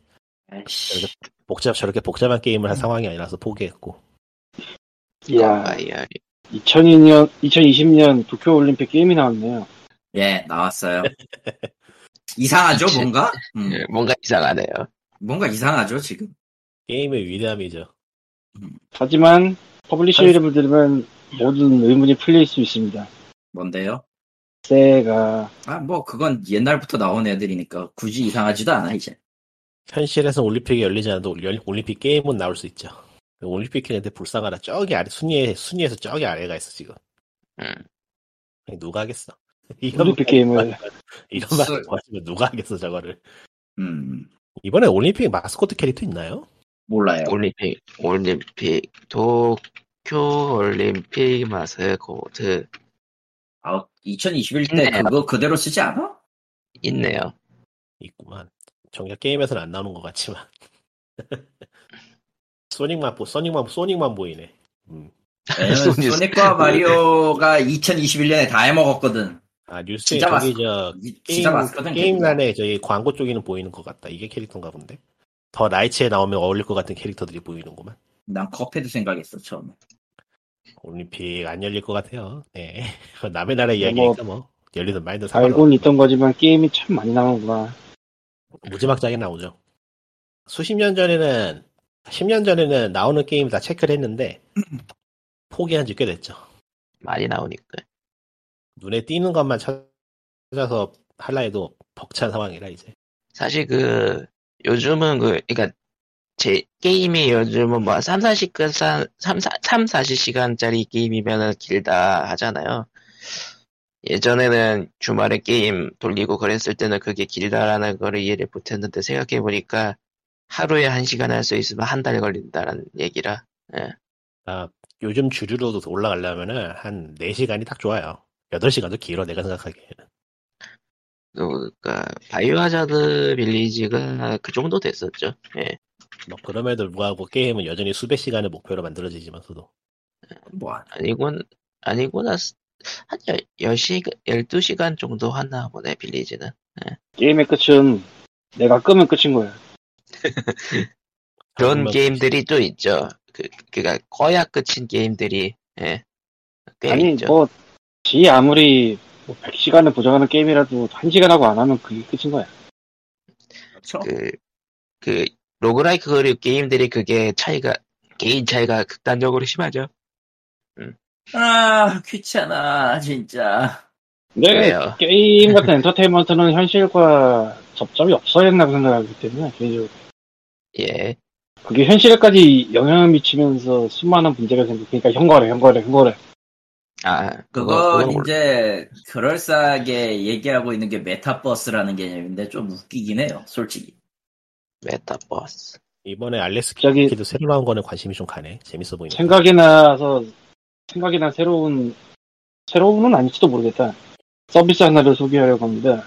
Speaker 3: 아이씨.
Speaker 2: 복잡 저렇게 복잡한 게임을 할 상황이 아니라서 포기했고
Speaker 4: 이야,
Speaker 1: 파이어.
Speaker 4: 2002년, 2020년 도쿄올림픽 게임이 나왔네요.
Speaker 3: 예, 나왔어요. 이상하죠, 뭔가? 음,
Speaker 1: 예, 뭔가 이상하네요.
Speaker 3: 뭔가 이상하죠, 지금.
Speaker 2: 게임의 위대함이죠.
Speaker 4: 하지만 퍼블리셔
Speaker 2: 아니,
Speaker 4: 이름을 들으면 모든 의문이 풀릴 수 있습니다.
Speaker 3: 뭔데요?
Speaker 4: 세가
Speaker 3: 아, 뭐, 그건 옛날부터 나온 애들이니까 굳이 이상하지도 않아, 이제.
Speaker 2: 현실에서 올림픽이 열리지 않아도 올- 올림픽 게임은 나올 수 있죠. 올림픽 했는데 불쌍하다. 저기 아래 순위에 순위에서 저기 아래가 있어 지금.
Speaker 1: 음.
Speaker 2: 누가 하겠어? <laughs> 이런
Speaker 4: 올림픽
Speaker 2: 말-
Speaker 4: 게임을
Speaker 2: 이런
Speaker 3: 있어.
Speaker 2: 말을 뭐 하시면 누가 하겠어 저거를?
Speaker 3: 음,
Speaker 2: 이번에 올림픽 마스코트 캐릭터 있나요?
Speaker 3: 몰라요.
Speaker 1: 올림픽, 올림픽, 도쿄 올림픽 마스코트
Speaker 3: 아, 2021
Speaker 1: 네.
Speaker 3: 때 그거 그대로 쓰지 않아?
Speaker 1: 있네요.
Speaker 2: 있구만. 정작 게임에서는 안 나오는 것 같지만. <laughs> 소닉만 보, 소닉만 소닉만 보이네. 음.
Speaker 1: 소니- 네.
Speaker 3: 왜냐면
Speaker 1: <laughs>
Speaker 3: 소닉과 마리오가 2021년에 다 해먹었거든.
Speaker 2: 아 뉴스에
Speaker 3: 진짜
Speaker 2: 저기 저
Speaker 3: 이-
Speaker 2: 게임
Speaker 3: 진짜 봤거든.
Speaker 2: 게임란에 저기 광고 쪽에는 보이는 것 같다. 이게 캐릭터인가 본데. 더 나이츠에 나오면 어울릴 것 같은 캐릭터들이 보이는구만.
Speaker 3: 난 컵헤드 생각했어, 처음에.
Speaker 2: 올림픽 안 열릴 것 같아요. 네. <laughs> 그건 남의 나라 이야기니까 뭐, 열리든 말든 상관없고
Speaker 4: 알고는 있던 거지만 게임이 참 많이 나오는구나.
Speaker 2: 무지막지하게 나오죠. 수십 년 전에는 10년 전에는 나오는 게임 다 체크를 했는데 포기한 지 꽤 됐죠.
Speaker 1: 많이 나오니까.
Speaker 2: 눈에 띄는 것만 찾아서 할라 해도 벅찬 상황이라 이제
Speaker 1: 사실 그, 요즘은 그, 그니까, 제, 게임이 요즘은 뭐, 3, 40시간, 3, 3, 40시간짜리 게임이면은 길다 하잖아요. 예전에는 주말에 게임 돌리고 그랬을 때는 그게 길다라는 거를 이해를 못했는데 생각해보니까 하루에 한 시간 할 수 있으면 한 달 걸린다라는 얘기라.
Speaker 2: 아, 요즘 주류로 올라가려면은 한 4시간이 딱 좋아요. 8시간도 길어 내가 생각하기에는.
Speaker 1: 그러니까 바이오하자드 빌리지가 그 정도 됐었죠. 예.
Speaker 2: 뭐 그럼에도 불구하고 게임은 여전히 수백 시간의 목표로 만들어지지만서도
Speaker 3: 뭐, 안-
Speaker 1: 아니군 아니구나 한 10시간 12시간 정도 하나 보네 빌리지는.
Speaker 4: 게임의 끝은 내가 끄면 끝인 거예요.
Speaker 1: 그런
Speaker 2: 한국만-
Speaker 1: 게임들이 또 있죠. 그 그니까 거야 끝인 게임들이 예. 꽤
Speaker 4: 아니
Speaker 1: 있죠.
Speaker 4: 뭐, 지 아무리 뭐 100시간을 보장하는 게임이라도 1시간 하고 안 하면 그게 끝인 거야.
Speaker 3: 그렇죠?
Speaker 1: 그, 그 로그라이크 거리 게임들이 그게 차이가 개인 차이가 극단적으로 심하죠.
Speaker 3: 아, 귀찮아, 진짜.
Speaker 4: 근데
Speaker 1: 그래요.
Speaker 4: 게임 같은 엔터테인먼트는 현실과 접점이 없어야 된다고 생각하기 때문에 개인적으로
Speaker 1: 예.
Speaker 4: 그게 현실에까지 영향을 미치면서 수많은 문제가 그러니까 생기니까 형거래, 형거래, 형거래.
Speaker 1: 아, 그거
Speaker 3: 그건
Speaker 1: 그건 몰라.
Speaker 3: 이제 그럴싸하게 얘기하고 있는 게 메타버스라는 개념인데 좀 웃기긴 해요, 솔직히.
Speaker 1: 메타버스.
Speaker 2: 이번에 알렉스
Speaker 4: 갑자기
Speaker 2: 키도 새로 나온 거는 관심이 좀 가네. 재밌어 보이네.
Speaker 4: 생각이 나서 생각이 난 새로운 새로운은 아닐지도 모르겠다. 서비스 하나를 소개하려고 합니다.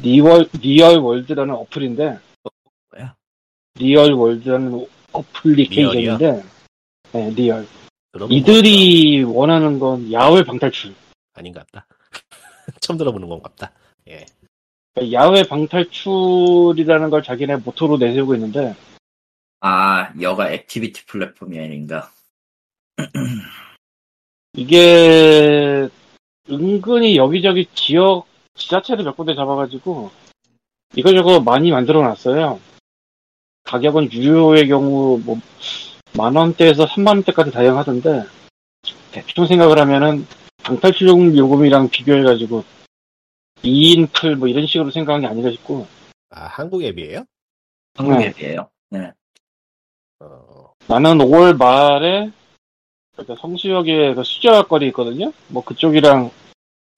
Speaker 4: 리월 리얼 월드라는 어플인데
Speaker 3: 뭐야?
Speaker 4: 리얼 월드라는 어플리케이션인데 네, 리얼
Speaker 2: 들어본 것
Speaker 4: 이들이 원하는 건 야외 방탈출.
Speaker 2: 같다. 아닌 것 같다. <laughs> 처음 들어보는 건 같다. 예.
Speaker 4: 그러니까 야외 방탈출이라는 걸 자기네 모토로 내세우고 있는데
Speaker 3: 아, 여가 액티비티 플랫폼이 아닌가.
Speaker 4: 이게 은근히 여기저기 지역 지자체를 몇 군데 잡아가지고 이거저거 많이 만들어놨어요. 가격은 유료의 경우 뭐 만 원대에서 3만 원대까지 다양하던데 대충 생각을 하면은 방탈출용 요금이랑 비교해가지고 2인 풀 뭐 이런 식으로 생각한 게 아닌가 싶고
Speaker 2: 아, 한국 앱이에요?
Speaker 3: 한국
Speaker 1: 음.
Speaker 4: 네.
Speaker 3: 앱이에요. 네.
Speaker 2: 어,
Speaker 4: 나는 5월 말에 그 성수역에 그 수제화 거리 있거든요. 뭐 그쪽이랑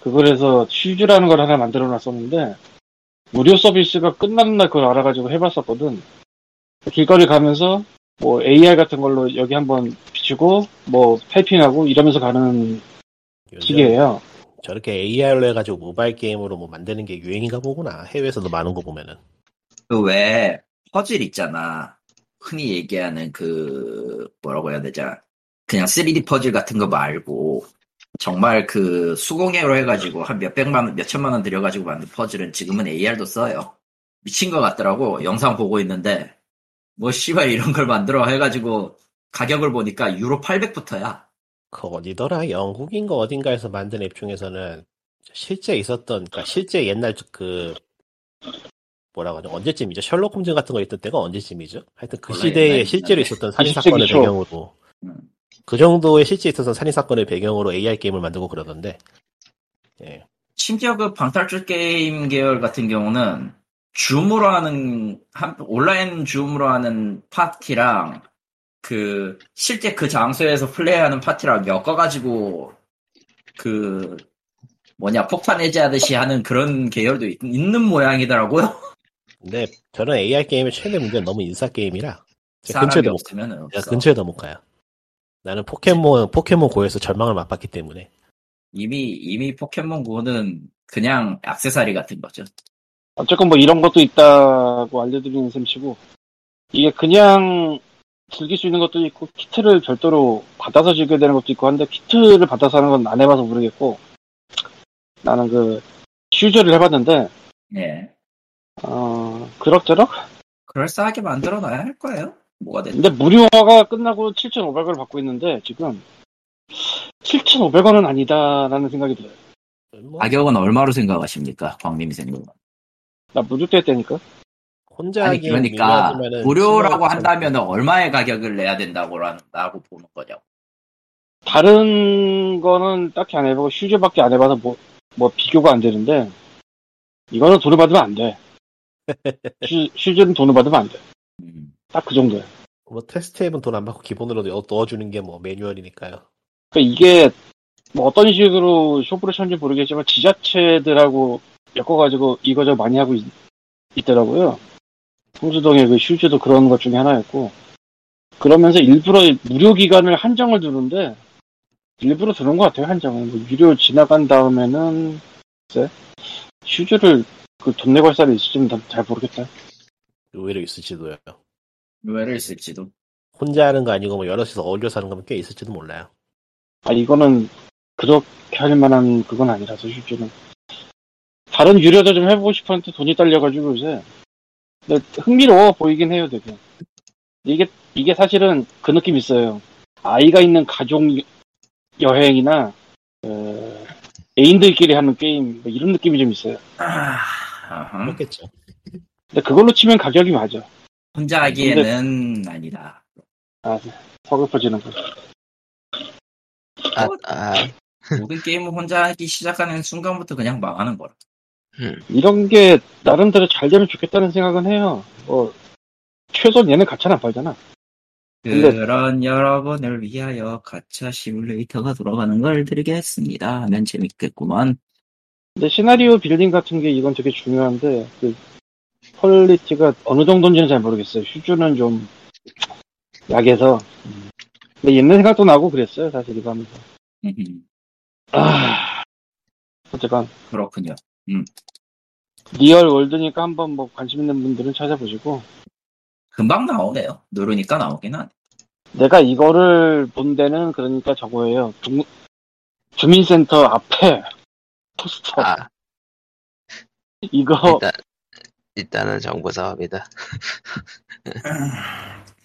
Speaker 4: 그걸 해서 슈즈라는 걸 하나 만들어 놨었는데 무료 서비스가 끝나는 날 그걸 알아가지고 해봤었거든. 길거리 가면서 뭐 AR 같은 걸로 여기 한번 주고 뭐 타이핑하고 이러면서 가는
Speaker 2: 요즘
Speaker 4: 기계예요.
Speaker 2: 저렇게 AR로 해가지고 모바일 게임으로 뭐 만드는 게 유행인가 보구나. 해외에서도 많은 거 보면은.
Speaker 3: 그왜 퍼즐 있잖아. 흔히 얘기하는 그 뭐라고 해야 되자. 그냥 3D 퍼즐 같은 거 말고 정말 그 수공예로 해가지고 한 몇백만 원, 몇천만 원 들여가지고 만든 퍼즐은 지금은 AR도 써요. 미친 것 같더라고. 영상 보고 있는데 뭐 씨발 이런 걸 만들어 해가지고 가격을 보니까 유로 800부터야.
Speaker 2: 그 어디더라? 영국인가 어딘가에서 만든 앱 중에서는 실제 있었던, 그러니까 실제 옛날 그, 뭐라고 하죠? 언제쯤이죠? 셜록 홈즈 같은 거 있던 때가 언제쯤이죠? 하여튼 그
Speaker 3: 몰라,
Speaker 2: 시대에
Speaker 3: 옛날이긴
Speaker 2: 실제로
Speaker 3: 한데.
Speaker 2: 있었던 살인사건을
Speaker 4: 20세기 초.
Speaker 2: 배경으로.
Speaker 3: 음.
Speaker 2: 그 정도의 실제 있었던 살인사건을 배경으로 AR 게임을 만들고 그러던데. 예.
Speaker 3: 심지어 그 방탈출 게임 계열 같은 경우는 줌으로 하는 한- 온라인 줌으로 하는 파티랑 그 실제 그 장소에서 플레이하는 파티랑 엮어가지고 그 뭐냐 폭탄 해제하듯이 하는 그런 계열도 있, 는 <laughs> 모양이더라고요.
Speaker 2: 근데 저는 AR 게임의 최대 문제는 너무 인싸게임이라. 제가
Speaker 3: 사람이
Speaker 2: 근처에도 못,
Speaker 3: 없으면
Speaker 2: 제가
Speaker 3: 없어.
Speaker 2: 근처에도 못 가요. 나는 포켓몬, 포켓몬 고에서 절망을 맛봤기 때문에.
Speaker 3: 이미 이미 포켓몬고는 그냥 액세서리 같은 거죠.
Speaker 4: 어쨌건 뭐 이런 것도 있다고 알려드리는 셈치고 이게 그냥 즐길 수 있는 것도 있고 키트를 별도로 받아서 즐겨야 되는 것도 있고 한데 키트를 받아서 하는 건 안 해봐서 모르겠고 나는 그 슈저를 해봤는데
Speaker 3: 예,
Speaker 4: 어 그럭저럭
Speaker 3: 그럴싸하게 만들어놔야 할 거예요. 뭐가 됐든.
Speaker 4: 근데 무료화가 끝나고 7,500원을 받고 있는데 지금 7,500원은 아니다라는 생각이 들어요.
Speaker 2: 뭐
Speaker 3: 가격은 얼마로 생각하십니까, 광림이 생님?
Speaker 4: 나 무료 때 때니까.
Speaker 2: 혼자
Speaker 3: 아니
Speaker 2: 하기에는
Speaker 3: 그러니까
Speaker 2: 미묘하지만은
Speaker 3: 무료라고
Speaker 2: 신뢰가
Speaker 3: 한다면 얼마의 가격을 내야 된다고라고 보는 거냐고.
Speaker 4: 다른 거는 딱히 안 해보고 슈즈밖에 안 해봐서 뭐, 뭐 비교가 안 되는데 이거는 돈을 받으면 안 돼. 슈, 슈즈는 돈을 받으면 안 돼.
Speaker 3: 음.
Speaker 4: 딱 그 정도야.
Speaker 2: 뭐 테스트 앱은 돈 안 받고 기본으로 넣- 넣어주는 게 뭐 매뉴얼이니까요.
Speaker 4: 그러니까 이게 뭐 어떤 식으로 쇼부를 쳤는지 모르겠지만 지자체들하고 엮어가지고 이거저거 많이 하고 있, 더라고요 홍수동의 그 슈즈도 그런 것 중에 하나였고 그러면서 일부러 무료 기간을 한정을 두는데 일부러 두는 것 같아요 한정을 뭐 유료 지나간 다음에는 글쎄 슈즈를 그 돈 내고 할 사람이 있을지는 다- 잘 모르겠다
Speaker 2: 의외로 있을지도요.
Speaker 3: 왜를 쓸지도.
Speaker 2: 혼자 하는 거 아니고 뭐 여럿이서 어울려서 하는 거면 꽤 있을지도 몰라요.
Speaker 4: 아, 이거는 그렇게 할 만한 그건 아니라서 실제는 다른 유료도 좀 해보고 싶었는데 돈이 딸려가지고 요새 근데 흥미로워 보이긴 해요 되게 이게 이게 사실은 그 느낌 있어요 아이가 있는 가족 여행이나 어, 애인들끼리 하는 게임 뭐 이런 느낌이 좀 있어요
Speaker 3: 아, 아하.
Speaker 2: 그렇겠죠.
Speaker 4: 근데 그걸로 치면 가격이 맞아
Speaker 3: 혼자 하기에는 아니다.
Speaker 4: 아 서글퍼지는 거
Speaker 1: 아, 아,
Speaker 3: 모든 게임을 혼자 하기 시작하는 순간부터 그냥 망하는 거라.
Speaker 4: 이런 게 나름대로 잘 되면 좋겠다는 생각은 해요 뭐 최소한 얘는 가차는 안 팔잖아 근데-
Speaker 3: 그런 여러분을 위하여 가차 시뮬레이터가 돌아가는 걸 드리겠습니다. 하면 재밌겠구만.
Speaker 4: 근데 시나리오 빌딩 같은 게 이건 되게 중요한데 그 퀄리티가 어느 정도인지는 잘 모르겠어요. 휴즈는 좀 약해서. 음. 근데 옛날 생각도 나고 그랬어요. 사실 이거 하면서. 아, 어쨌건
Speaker 3: 그렇군요.
Speaker 4: 리얼 월드니까 한번 뭐 관심 있는 분들은 찾아보시고
Speaker 3: 금방 나오네요. 누르니까 나오긴 하네.
Speaker 4: 내가 이거를 본 데는 그러니까 저거예요. 주, 주민센터 앞에 포스터
Speaker 1: 아,
Speaker 4: 이거
Speaker 1: 일단, 일단은 정보 사업이다.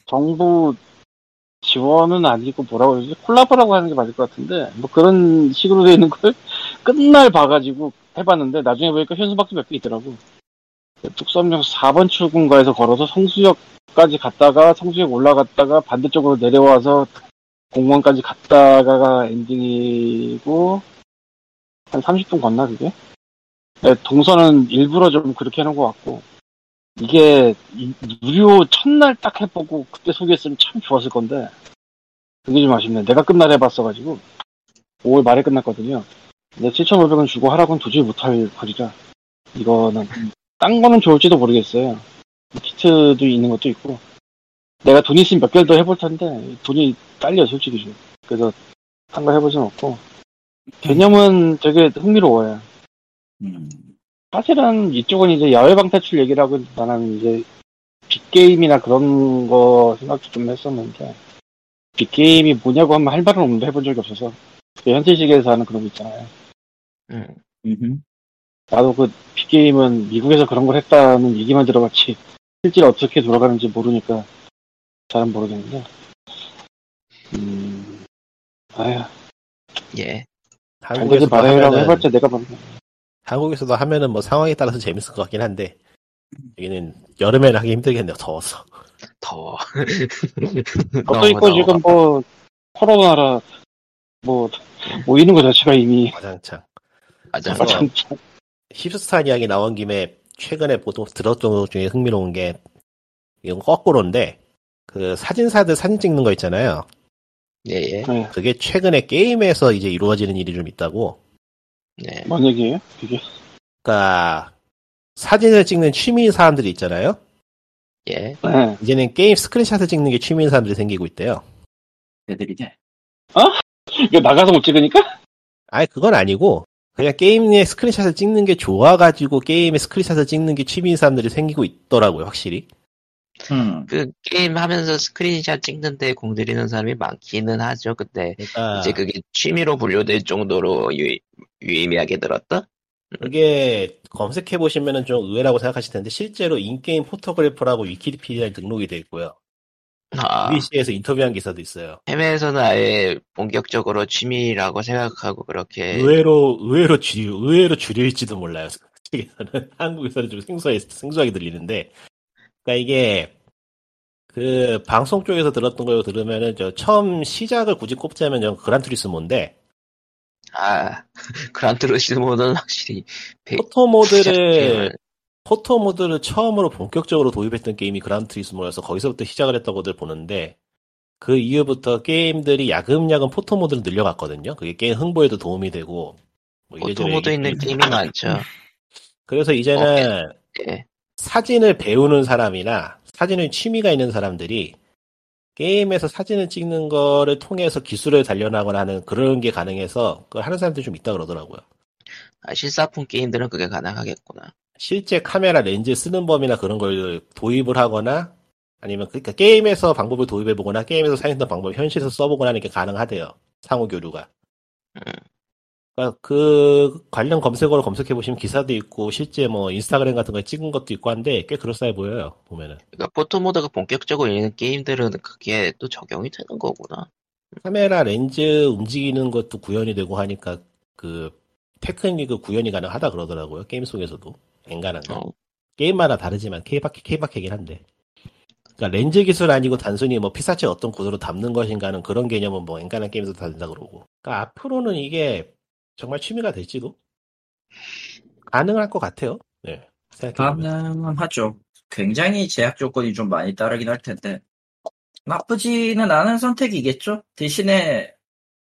Speaker 4: 정부 지원은 아니고 뭐라고 그러지? 콜라보라고 하는 게 맞을 것 같은데, 뭐 그런 식으로 되어 있는 걸 <laughs> 끝날 봐가지고 해봤는데, 나중에 보니까 현수막도 몇 개 있더라고. 뚝섬역 4번 출근가에서 걸어서 성수역까지 갔다가, 성수역 올라갔다가, 반대쪽으로 내려와서 공원까지 갔다가가 엔딩이고, 한 30분 걷나, 그게? 네, 동선은 일부러 좀 그렇게 해놓은 것 같고, 이게 이- 무료 첫날 딱 해보고 그때 소개했으면 참 좋았을 건데 그게 좀 아쉽네 내가 끝날 해봤어가지고 5월 말에 끝났거든요 근데 7,500원 주고 하라고는 도저히 못할 거리라 이거는 딴 거는 좋을지도 모르겠어요 키트도 있는 것도 있고 내가 돈 있으면 몇 개를 더 해볼 텐데 돈이 딸려 솔직히 좀. 그래서 한 거 해보진 없고 개념은 되게 흥미로워요.
Speaker 3: 음.
Speaker 4: 사실은 이쪽은 이제 야외 방탈출 얘기라고 나는 이제 빅게임이나 그런 거 생각도 좀 했었는데 빅게임이 뭐냐고 하면 할 말은 없는데 해본 적이 없어서 그 현실식에서 하는 그런 거 있잖아요
Speaker 1: 음.
Speaker 3: 음.
Speaker 4: 나도 그 빅게임은 미국에서 그런 걸 했다는 얘기만 들어봤지 실제로 어떻게 돌아가는지 모르니까 잘은 모르겠는데 음 아휴
Speaker 1: 예.
Speaker 4: 알려지
Speaker 2: 한국에서도
Speaker 4: 말해라고
Speaker 2: 하면은-
Speaker 4: 해봤자 내가 봤
Speaker 2: 한국에서도 하면은 뭐 상황에 따라서 재밌을 것 같긴 한데 여기는 여름에는 하기 힘들겠네요 더워서
Speaker 1: 더워. <laughs>
Speaker 4: 것도 있고 지금 뭐 코로나라 뭐 모이는 거 자체가 이미
Speaker 2: 가장창
Speaker 1: 맞아.
Speaker 2: 그래서-
Speaker 4: 참
Speaker 2: 힙스타한 이야기 나온 김에 최근에 보통 들었던 것 중에 흥미로운 게 이건 거꾸로인데 그 사진사들 사진 찍는 거 있잖아요
Speaker 1: 예, 예.
Speaker 4: 네,
Speaker 2: 그게 최근에 게임에서 이제 이루어지는 일이 좀 있다고
Speaker 1: 네.
Speaker 4: 뭔 얘기예요? 그게
Speaker 2: 그러니까 사진을 찍는 취미인 사람들이 있잖아요
Speaker 1: 예.
Speaker 4: 네.
Speaker 2: 이제는 게임 스크린샷을 찍는 게 취미인 사람들이 생기고 있대요
Speaker 3: 애들이네.
Speaker 4: 이게 나가서 못 찍으니까?
Speaker 2: 아니 그건 아니고 그냥 게임의 스크린샷을 찍는 게 좋아가지고 게임의 스크린샷을 찍는 게 취미인 사람들이 생기고 있더라고요 확실히
Speaker 3: 음.
Speaker 1: 그 게임 하면서 스크린샷 찍는데 공들이는 사람이 많기는 하죠. 근데
Speaker 2: 그러니까
Speaker 1: 이제 그게 취미로 분류될 정도로 유, 유의미하게 들었다?
Speaker 2: 그게 검색해 보시면은 좀 의외라고 생각하실 텐데 실제로 인게임 포토그래퍼라고 위키피디아에 등록이 돼 있고요
Speaker 1: 아,
Speaker 2: UBC에서 인터뷰한 기사도 있어요
Speaker 1: 해외에서는 아예 본격적으로 취미라고 생각하고 그렇게
Speaker 2: 의외로 의외로 주류 의외로 주류일지도 몰라요 한국에서는 <laughs> 한국에서는 좀 생소해 생소하게 들리는데 그러니까 이게 그 방송 쪽에서 들었던 걸 들으면은 저 처음 시작을 굳이 꼽자면 저 그란투리스모인데
Speaker 1: 아 <laughs> 그란트로시모는 확실히 백-
Speaker 2: 포토 모드를
Speaker 1: 예. 게임을-
Speaker 2: 포토 모드를 처음으로 본격적으로 도입했던 게임이 그란 트리스모라서 거기서부터 시작을 했다고들 보는데 그 이후부터 게임들이 야금야금 포토 모드를 늘려갔거든요. 그게 게임 흥보에도 도움이 되고 뭐 이래저래
Speaker 1: 오토모드
Speaker 2: 얘기-
Speaker 1: 있는 게임이 많죠.
Speaker 2: 그래서 이제는
Speaker 1: 예.
Speaker 2: 사진을 배우는 사람이나 사진을 취미가 있는 사람들이 게임에서 사진을 찍는 거를 통해서 기술을 단련하거나 하는 그런 게 가능해서 그걸 하는 사람들이 좀 있다 그러더라고요.
Speaker 1: 아, 실사품 게임들은 그게 가능하겠구나.
Speaker 2: 실제 카메라 렌즈 쓰는 범위나 그런 걸 도입을 하거나 아니면 그러니까 게임에서 방법을 도입해 보거나 게임에서 사용했던 방법을 현실에서 써보거나 하는 게 가능하대요. 상호 교류가.
Speaker 1: 음.
Speaker 2: 그러니까 그 관련 검색어로 검색해 보시면 기사도 있고 실제 뭐 인스타그램 같은 거에 찍은 것도 있고 한데 꽤 그럴싸해 보여요. 보면은
Speaker 1: 그러니까 포토모드가 본격적으로 있는 게임들은 그게 또 적용이 되는 거구나.
Speaker 2: 카메라 렌즈 움직이는 것도 구현이 되고 하니까 그 테크닉을 구현이 가능하다 그러더라고요. 게임 속에서도 엔간한 거.
Speaker 1: 어, 게임마다
Speaker 2: 게임마다 다르지만 케이바케 케이바케긴 한데. 그러니까 렌즈 기술 아니고 단순히 뭐 피사체 어떤 구도로 담는 것인가는 그런 개념은 뭐 엔간한 게임에서 다 된다 그러고. 그러니까 앞으로는 이게 정말 취미가 될지도 가능할 것 같아요. 네. 생각해보면.
Speaker 3: 가능하죠. 굉장히 제약 조건이 좀 많이 따르긴 할 텐데 나쁘지는 않은 선택이겠죠. 대신에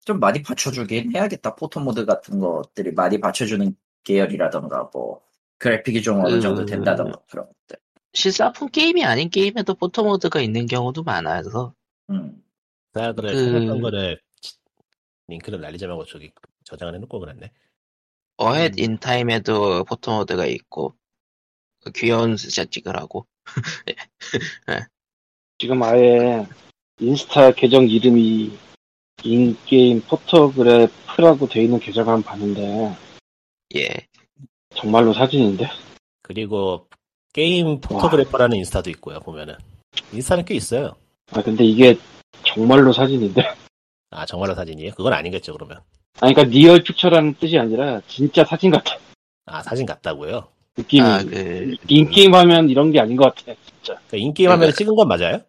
Speaker 3: 좀 많이 받쳐주긴 해야겠다. 포토 모드 같은 것들이 많이 받쳐주는 계열이라던가 뭐 그래픽이 좀 어느 정도
Speaker 1: 음.
Speaker 3: 된다던가 그런 것들.
Speaker 1: 실사품 게임이 아닌 게임에도 포토모드가 있는 경우도 많아서
Speaker 3: 음.
Speaker 2: 사람들의
Speaker 1: 그-
Speaker 2: 생각한 거를 링크를 날리지 말고 저기 저장을 해놓고 그랬네.
Speaker 1: 어헤드 인타임에도 포토모드가 있고 그 귀여운 스샷 찍으라고
Speaker 4: 지금 아예 인스타 계정 이름이 인게임 포토그래프라고 돼 있는 계정을 한번 봤는데
Speaker 1: 예
Speaker 4: 정말로 사진인데?
Speaker 2: 그리고 게임 포토그래퍼라는 인스타도 있고요. 보면은 인스타는 꽤 있어요.
Speaker 4: 아 근데 이게 정말로 사진인데? <laughs>
Speaker 2: 아 정말로 사진이에요? 그건 아니겠죠 그러면.
Speaker 4: 아니 그러니까 리얼 픽처라는 뜻이 아니라 진짜 사진 같아
Speaker 2: 아 사진 같다고요?
Speaker 4: 느낌이
Speaker 1: 아그 네.
Speaker 4: 인게임 하면 이런 게 아닌 것 같아 진짜
Speaker 2: 그러니까 인게임 화면에
Speaker 1: 그러니까-
Speaker 2: 찍은 건 맞아요?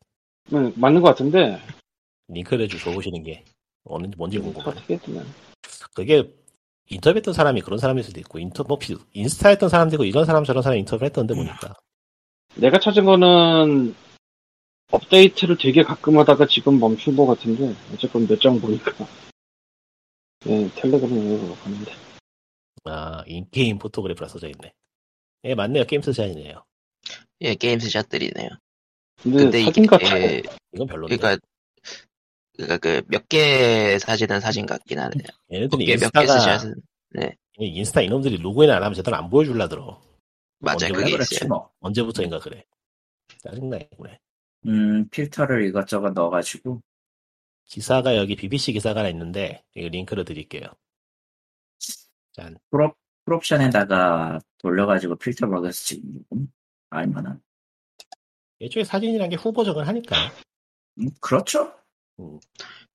Speaker 4: 음, 맞는 것 같은데
Speaker 2: 링크를 좀 줘보시는 게 어느 뭔지
Speaker 1: 뭐.
Speaker 2: 궁금하네.
Speaker 4: 어떻게 했나
Speaker 2: 그게 인터뷰했던 사람이 그런 사람일 수도 있고 인터 뭐 피- 인스타 했던 사람도 있고 이런 사람 저런 사람 인터뷰했던데 보니까
Speaker 4: 내가 찾은 거는 업데이트를 되게 가끔 하다가 지금 멈춘 것 같은데 어쨌건 몇 장 보니까 <laughs> 예 텔레그램으로 가는데
Speaker 2: 아 인게임 포토그래프라 써져 있네. 예 맞네요 게임 스샷이네요.
Speaker 1: 예, 게임 스샷들이네요
Speaker 4: 근데,
Speaker 1: 근데
Speaker 4: 그 사진 같아.
Speaker 1: 이게
Speaker 2: 이건 별로네.
Speaker 1: 그러니까 그러니까 그 몇 개 사진은 사진 같긴 하네요.
Speaker 2: 얘네들이
Speaker 1: 몇개몇개
Speaker 2: 인스타가 예,
Speaker 1: 스샷은
Speaker 2: 인스타 이놈들이 로그인 안 하면 제대로 안 보여줄라 들어.
Speaker 1: 맞아
Speaker 2: 언제
Speaker 1: 그게
Speaker 3: 그렇지
Speaker 1: 있어요.
Speaker 3: 뭐.
Speaker 2: 언제부터인가 그래. 짜증나겠네.
Speaker 3: 음, 필터를 이것저것 넣어가지고
Speaker 2: 기사가 여기 BBC 기사가 하나 있는데 이거 링크를 드릴게요.
Speaker 3: 풀옵션에다가 돌려가지고 필터 먹여서 지금 알만한.
Speaker 2: 애초에 사진이란 게 후보정을 하니까.
Speaker 3: 음, 그렇죠.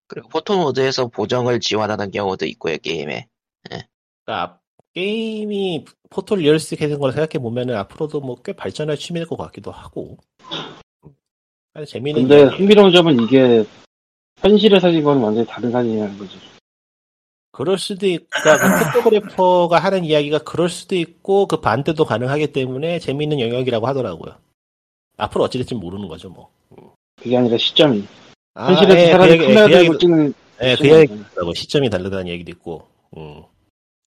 Speaker 1: 그리고 포토모드에서 보정을 지원하는 경우도 있고요 게임에.
Speaker 2: 그러니까 게임이 포토 리얼스틱 해진 걸 생각해 보면은 앞으로도 뭐 꽤 발전할 취미일 것 같기도 하고. 아주 재미있는
Speaker 4: 근데
Speaker 2: 이야기예요.
Speaker 4: 흥미로운 점은 이게 현실의 사진과는 완전히 다른 사진이라는 거지.
Speaker 2: 그럴 수도 있고, 그러니까 그 포토그래퍼가 하는 이야기가 그럴 수도 있고, 그 반대도 가능하기 때문에 재미있는 영역이라고 하더라고요. 앞으로 어찌 될지 모르는 거죠, 뭐.
Speaker 4: 그게 아니라 시점이.
Speaker 2: 아,
Speaker 4: 현실에서
Speaker 2: 예, 그
Speaker 4: 사람이
Speaker 2: 얘기-
Speaker 4: 카메라
Speaker 2: 그
Speaker 4: 들고
Speaker 2: 얘기도-
Speaker 4: 찍는
Speaker 2: 예, 그
Speaker 4: 시점이
Speaker 2: 얘기
Speaker 4: 있잖아.
Speaker 2: 라고 시점이 다르다는 얘기도 있고. 음.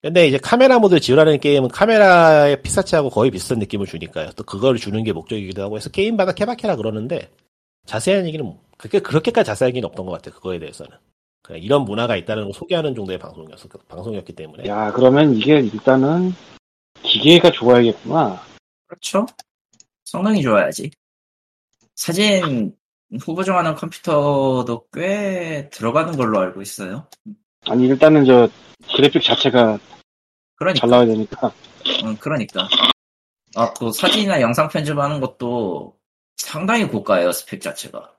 Speaker 2: 근데 이제 카메라 모드를 지원하는 게임은 카메라의 피사체하고 거의 비슷한 느낌을 주니까요. 또 그걸 주는 게 목적이기도 하고 해서 게임마다 케바케라 그러는데 자세한 얘기는 그게 그렇게까지 자세한 얘기는 없던 것 같아요. 그거에 대해서는. 그냥 이런 문화가 있다는 걸 소개하는 정도의 방송이었어. 방송이었기 때문에.
Speaker 4: 야, 그러면 이게 일단은 기계가 좋아야겠구나.
Speaker 3: 그렇죠. 성능이 좋아야지. 사진 후보정하는 컴퓨터도 꽤 들어가는 걸로 알고 있어요.
Speaker 4: 아니, 일단은 저 그래픽 자체가
Speaker 3: 그러니까.
Speaker 4: 잘 나와야 되니까.
Speaker 3: 응, 그러니까. 아, 그 사진이나 영상 편집하는 것도 상당히 고가예요, 스펙 자체가.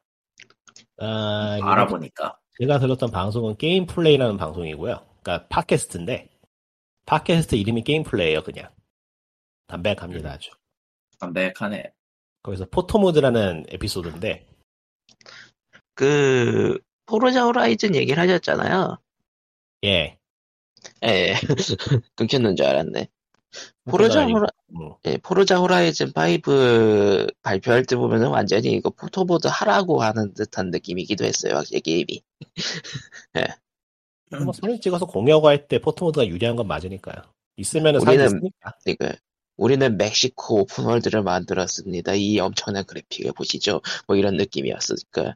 Speaker 2: 아, 이거
Speaker 3: 알아보니까.
Speaker 2: 제가 들었던 방송은 게임 플레이라는 방송이고요. 그러니까 팟캐스트인데 팟캐스트 이름이 게임 플레이예요, 그냥. 담백합니다, 아주.
Speaker 3: 담백하네.
Speaker 2: 거기서 포토모드라는 에피소드인데
Speaker 1: 그 포르자 호라이즌 얘기를 하셨잖아요.
Speaker 2: 예.
Speaker 1: 예. 끊겼는 줄 알았네. 포르자
Speaker 2: 포르자 아니고.
Speaker 1: 호라
Speaker 2: 음.
Speaker 1: 예, 포르자 호라이즌 5 발표할 때 보면은 완전히 이거 포토보드 하라고 하는 듯한 느낌이기도 했어요, 확실히 게임이.
Speaker 2: 뭐 사진 찍어서 공유할 때 포토모드가 유리한 건 맞으니까요. 있으면은 사진
Speaker 1: 우리는-
Speaker 2: 있으니까.
Speaker 1: 그러니까 우리는 멕시코 오픈월드를 만들었습니다. 이 엄청난 그래픽을 보시죠. 뭐 이런 느낌이었으니까.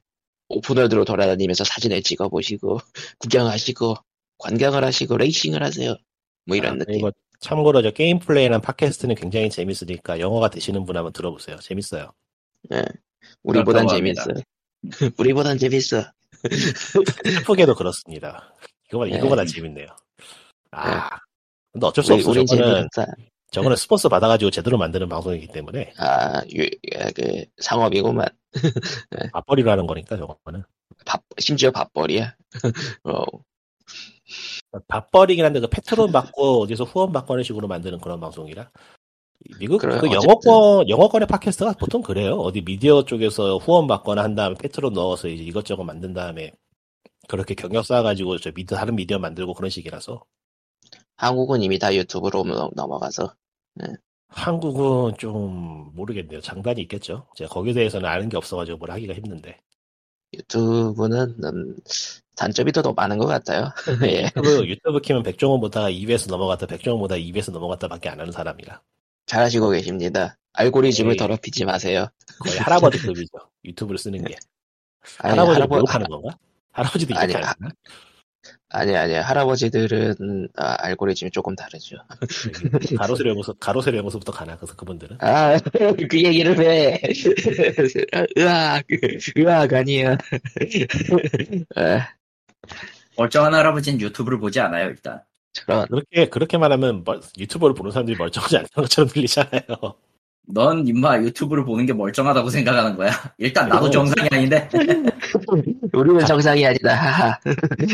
Speaker 1: 오픈월드로 돌아다니면서 사진을 찍어보시고, <laughs> 구경하시고, 관광을 하시고, 레이싱을 하세요. 뭐 이런
Speaker 2: 아,
Speaker 1: 느낌.
Speaker 2: 그리고 참고로 저 게임 플레이라는 팟캐스트는 굉장히 재밌으니까 영어가 되시는 분 한번 들어보세요. 재밌어요. <laughs>
Speaker 1: 우리보단
Speaker 3: 그렇다고
Speaker 1: 재밌어. <laughs> 우리보단 재밌어.
Speaker 2: 슬프게도 그렇습니다. 이거보다
Speaker 1: 네.
Speaker 2: 이거보다 재밌네요. 아. 근데 어쩔 수
Speaker 1: 우리, 네.
Speaker 2: 없어.
Speaker 1: 우린
Speaker 2: 저거는
Speaker 1: 재밌다.
Speaker 2: 저거는 스폰서 받아가지고 제대로 만드는 방송이기 때문에
Speaker 1: 아, 유, 아, 그, 상업이고만. 네.
Speaker 2: 맞벌이로 하는 거니까 저거는
Speaker 1: 밥, 심지어 밥벌이야. <laughs> 어,
Speaker 2: 밥벌이긴 한데 그 패트론 받고 어디서 후원 받고 하는 식으로 만드는 그런 방송이라 미국 그
Speaker 1: 그래요, 어쨌든.
Speaker 2: 영어권 영어권의 팟캐스트가 보통 그래요 어디 미디어 쪽에서 후원 받거나 한 다음에 패트론 넣어서 이제 이것저것 만든 다음에 그렇게 경력 쌓아가지고 저 미드 다른 미디어 만들고 그런 식이라서
Speaker 1: 한국은 이미 다 유튜브로 넘- 넘어가서.
Speaker 2: 한국은 좀 모르겠네요 장단이 있겠죠 제가 거기에 대해서는 아는 게 없어가지고 뭘 하기가 힘든데
Speaker 1: 유튜브는, 음, 단점이 더 많은 것 같아요. 예. <laughs>
Speaker 2: 유튜브 유튜브 키면 백종원 보다가 2에서 넘어갔다 백종원 보다 2에서 넘어갔다밖에 안 하는 사람이라
Speaker 1: 잘하시고 계십니다. 알고리즘을
Speaker 2: 에이.
Speaker 1: 더럽히지 마세요.
Speaker 2: 거의
Speaker 1: <laughs>
Speaker 2: 할아버지급이죠 유튜브를 쓰는 게
Speaker 1: 아니,
Speaker 2: 할아버지를
Speaker 1: 할아버-
Speaker 2: 모욕하는 건가? 할아버지도
Speaker 1: 아니,
Speaker 2: 욕하는 건가?
Speaker 1: 아니, 아니, 할아버지들은 아, 알고리즘이 조금 다르죠.
Speaker 2: 가로세로 연구소, 가로세로 연구소부터 가나, 그래서 그분들은.
Speaker 1: 아, <laughs> 그 얘기를 왜? <laughs> 으악, 으악, 아니야. <laughs> 아,
Speaker 3: 멀쩡한 할아버지는 유튜브를 보지 않아요, 일단.
Speaker 1: 저런,
Speaker 2: 그렇게, 그렇게 말하면 멀- 유튜버를 보는 사람들이 멀쩡하지 않다는 것처럼 들리잖아요.
Speaker 3: 넌 임마 유튜브를 보는 게 멀쩡하다고 생각하는 거야. <laughs> 일단 나도
Speaker 2: 그리고-
Speaker 3: 정상이 아닌데.
Speaker 1: 우리는 정상이 아니다. 하하.
Speaker 2: 어.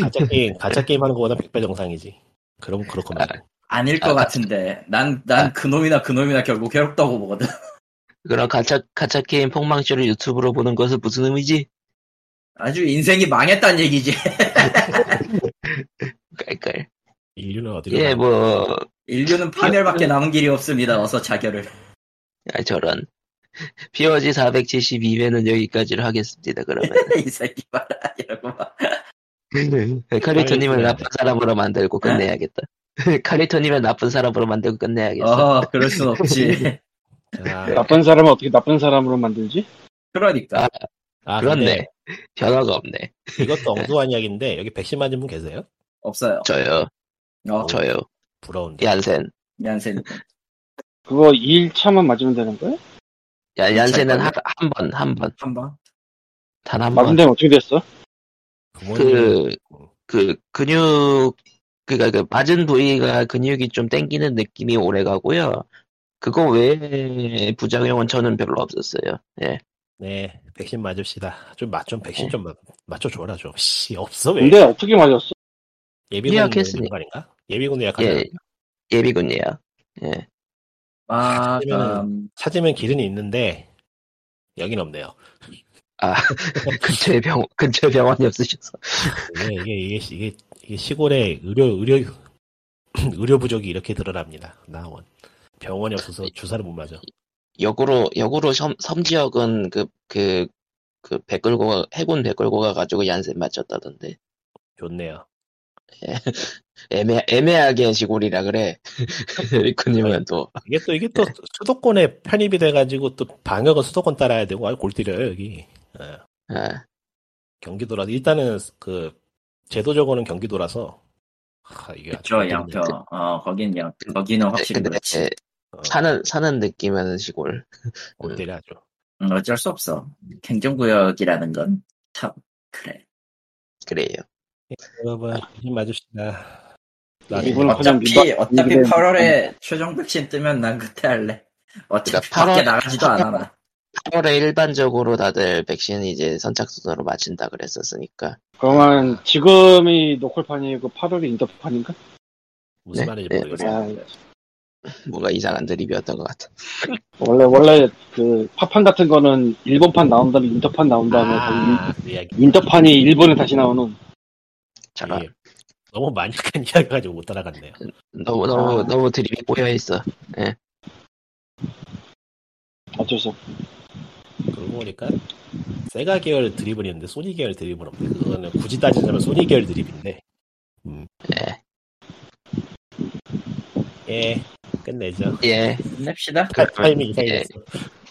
Speaker 2: 가짜 게임,
Speaker 1: <laughs>
Speaker 2: 가짜 게임 하는 것보다 100배 정상이지. 그럼 그렇구만.
Speaker 3: 아닐 것
Speaker 1: 아,
Speaker 3: 같은데. 난, 난 그놈이나 그놈이나 결국 괴롭다고 보거든.
Speaker 1: 그럼 가짜, 가짜 게임 폭망쇼를 유튜브로 보는 것은 무슨 의미지?
Speaker 3: 아주 인생이 망했단 얘기지. <laughs>
Speaker 1: 깔깔.
Speaker 2: 인류는 어디로
Speaker 1: 예,
Speaker 2: 가나?
Speaker 1: 뭐,
Speaker 3: 인류는
Speaker 1: 네.
Speaker 3: 파멸밖에 남은 길이 없습니다. 어서 자결을. <laughs>
Speaker 1: 아, 저런. POG 472회는 여기까지로 하겠습니다, 그러면.
Speaker 3: <laughs> 이 새끼 봐라. 이러고 막.
Speaker 1: 네, 카리토님을
Speaker 2: 아이고.
Speaker 1: 나쁜 사람으로 만들고 끝내야겠다. <laughs> 카리토님을 나쁜 사람으로 만들고 끝내야겠어. <laughs>
Speaker 3: 어, 그럴 순 없지.
Speaker 2: 자,
Speaker 4: 나쁜 사람을 어떻게 나쁜 사람으로 만들지?
Speaker 3: 그러니까.
Speaker 1: 아, <laughs>
Speaker 2: 아,
Speaker 1: 그렇네. 변화가 없네.
Speaker 2: 근데 이것도 엉뚱한 이야기인데 여기 백신 맞은 분 계세요?
Speaker 3: 없어요.
Speaker 1: 저요,
Speaker 3: 어,
Speaker 1: 저요.
Speaker 2: 부러운데.
Speaker 1: 얀센.
Speaker 3: 얀센.
Speaker 4: 그거 2일차만 맞으면 되는 거야?
Speaker 1: 야, 얀센은
Speaker 3: 잘
Speaker 1: 한, 한 번, 한 번.
Speaker 3: 한 번.
Speaker 1: 단 한 번.
Speaker 4: 맞으면 되면 어떻게 됐어?
Speaker 2: 부모님 음.
Speaker 1: 그, 그, 근육, 그니까 그 맞은 부위가 근육이 좀 땡기는 느낌이 오래 가고요. 그거 외에 부작용은 저는 별로 없었어요. 예.
Speaker 2: 네 백신 맞읍시다. 좀 맞 좀
Speaker 1: 어.
Speaker 2: 백신 좀 맞- 맞춰줘라 좀. 씨 없어 왜?
Speaker 4: 근데 어떻게 맞았어?
Speaker 2: 예비군
Speaker 1: 예약했으니.
Speaker 2: 예약하는 거 아닌가? 예비군 예약하는
Speaker 1: 예.
Speaker 2: 거.
Speaker 1: 예비군 예약.
Speaker 3: 아,
Speaker 2: 그러면은-
Speaker 3: 그럼
Speaker 2: 찾으면 길은 있는데 여긴 없네요. <laughs>
Speaker 1: 근처에 병, 근처에 병원이 <laughs> 없으셔서.
Speaker 2: 이게 이게 이게 시- 이게, 이게 시골의 의료 <clears throat> 의료 의료 부족이 이렇게 드러납니다. 나원 병원이 없어서 주사를 못 맞아.
Speaker 1: 역으로, 역으로 섬, 섬 지역은 그, 그, 그 백골고가, 해군 백골고가 가지고 얀센 맞췄다던데.
Speaker 2: 좋네요.
Speaker 1: 애매, 애매하게 시골이라 그래. <laughs> 리쿠님은 또.
Speaker 2: 이게 또 이게 또 수도권에 편입이 돼가지고 또 방역은 수도권 따라야 되고 아주 골때려요 여기. 어,
Speaker 1: 아,
Speaker 2: 경기도라서 일단은 그 제도적으로는 경기도라서 하, 이게 아주
Speaker 3: 저
Speaker 2: 골때리네.
Speaker 3: 양평. 어, 거긴 양. 거기는
Speaker 1: 네,
Speaker 3: 확실히
Speaker 1: 근데 예,
Speaker 3: 그렇지.
Speaker 2: 어,
Speaker 1: 사는, 사는 느낌은 시골.
Speaker 2: 골때려 아주.
Speaker 3: 음, 어쩔 수 없어. 행정구역이라는 건 참, 그래.
Speaker 1: 그래요.
Speaker 2: 여러분 조심 맞읍시다.
Speaker 1: 예.
Speaker 2: 나중에
Speaker 4: 이거는 가장
Speaker 3: 어차피,
Speaker 4: 민박-
Speaker 3: 어차피
Speaker 4: 민박의
Speaker 3: 8월에 최종 백신 뜨면 난 그때 할래. 어차피
Speaker 1: 그러니까 8월
Speaker 3: 밖에 나가지도 않아. 나.
Speaker 1: 8월에 일반적으로 다들 백신 이제 선착순으로 맞힌다 그랬었으니까.
Speaker 4: 그러면 지금이 노콜판이고 8월이 인터판인가?
Speaker 2: 무슨
Speaker 1: 네,
Speaker 2: 말인지
Speaker 1: 네,
Speaker 2: 모르겠어요.
Speaker 4: 아,
Speaker 1: 뭔가 이상한 드립이었던 것 같아.
Speaker 4: 원래 원래 그 파판 같은 거는 일본판 나온 다음에 인터판 나온 다음에
Speaker 2: 아, 그 이야기.
Speaker 4: 다시 인터판이 일본에 다시 나오는
Speaker 1: 잠깐.
Speaker 2: 예. 너무 만약한 <laughs> 이야기 가지고 못 따라갔네요.
Speaker 1: 너무, 너무,
Speaker 4: 아.
Speaker 1: 너무 드립이 꼬여있어.
Speaker 4: 어쩔 수 없어.
Speaker 2: 그러고 보니까 세가 계열 드립은 있는데 소니 계열 드립은 없네. 그거는 굳이 따지자면 소니 계열 드립인데. 음.
Speaker 1: 예.
Speaker 2: 예, 끝내죠.
Speaker 1: 예.
Speaker 3: 끝냅시다.
Speaker 2: <laughs> 타-
Speaker 1: 그러면-
Speaker 2: 타이밍 이상했어.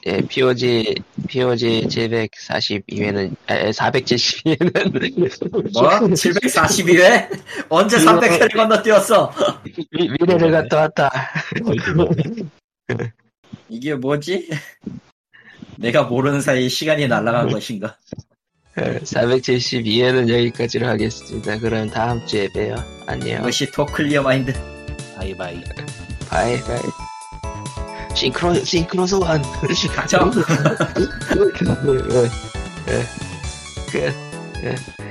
Speaker 1: 예, POG, POG 742회는, 아, 예, 에, 472회는.
Speaker 3: 뭐? 742회? <laughs> 언제 300회를 건너뛰었어?
Speaker 1: 미래를 갔다 왔다.
Speaker 3: 이게 뭐지? 내가 모르는 사이 시간이 날아간 것인가?
Speaker 1: 472회는 예, 여기까지로 하겠습니다. 그럼 다음 주에 봬요. 안녕.
Speaker 3: 이것이 토클리어 마인드.
Speaker 2: 바이바이.
Speaker 1: 바이, 바이. 싱크로, 싱크로 소환. <laughs> 아,
Speaker 3: 가자.
Speaker 1: 예, 끝. 끝. 끝. 끝.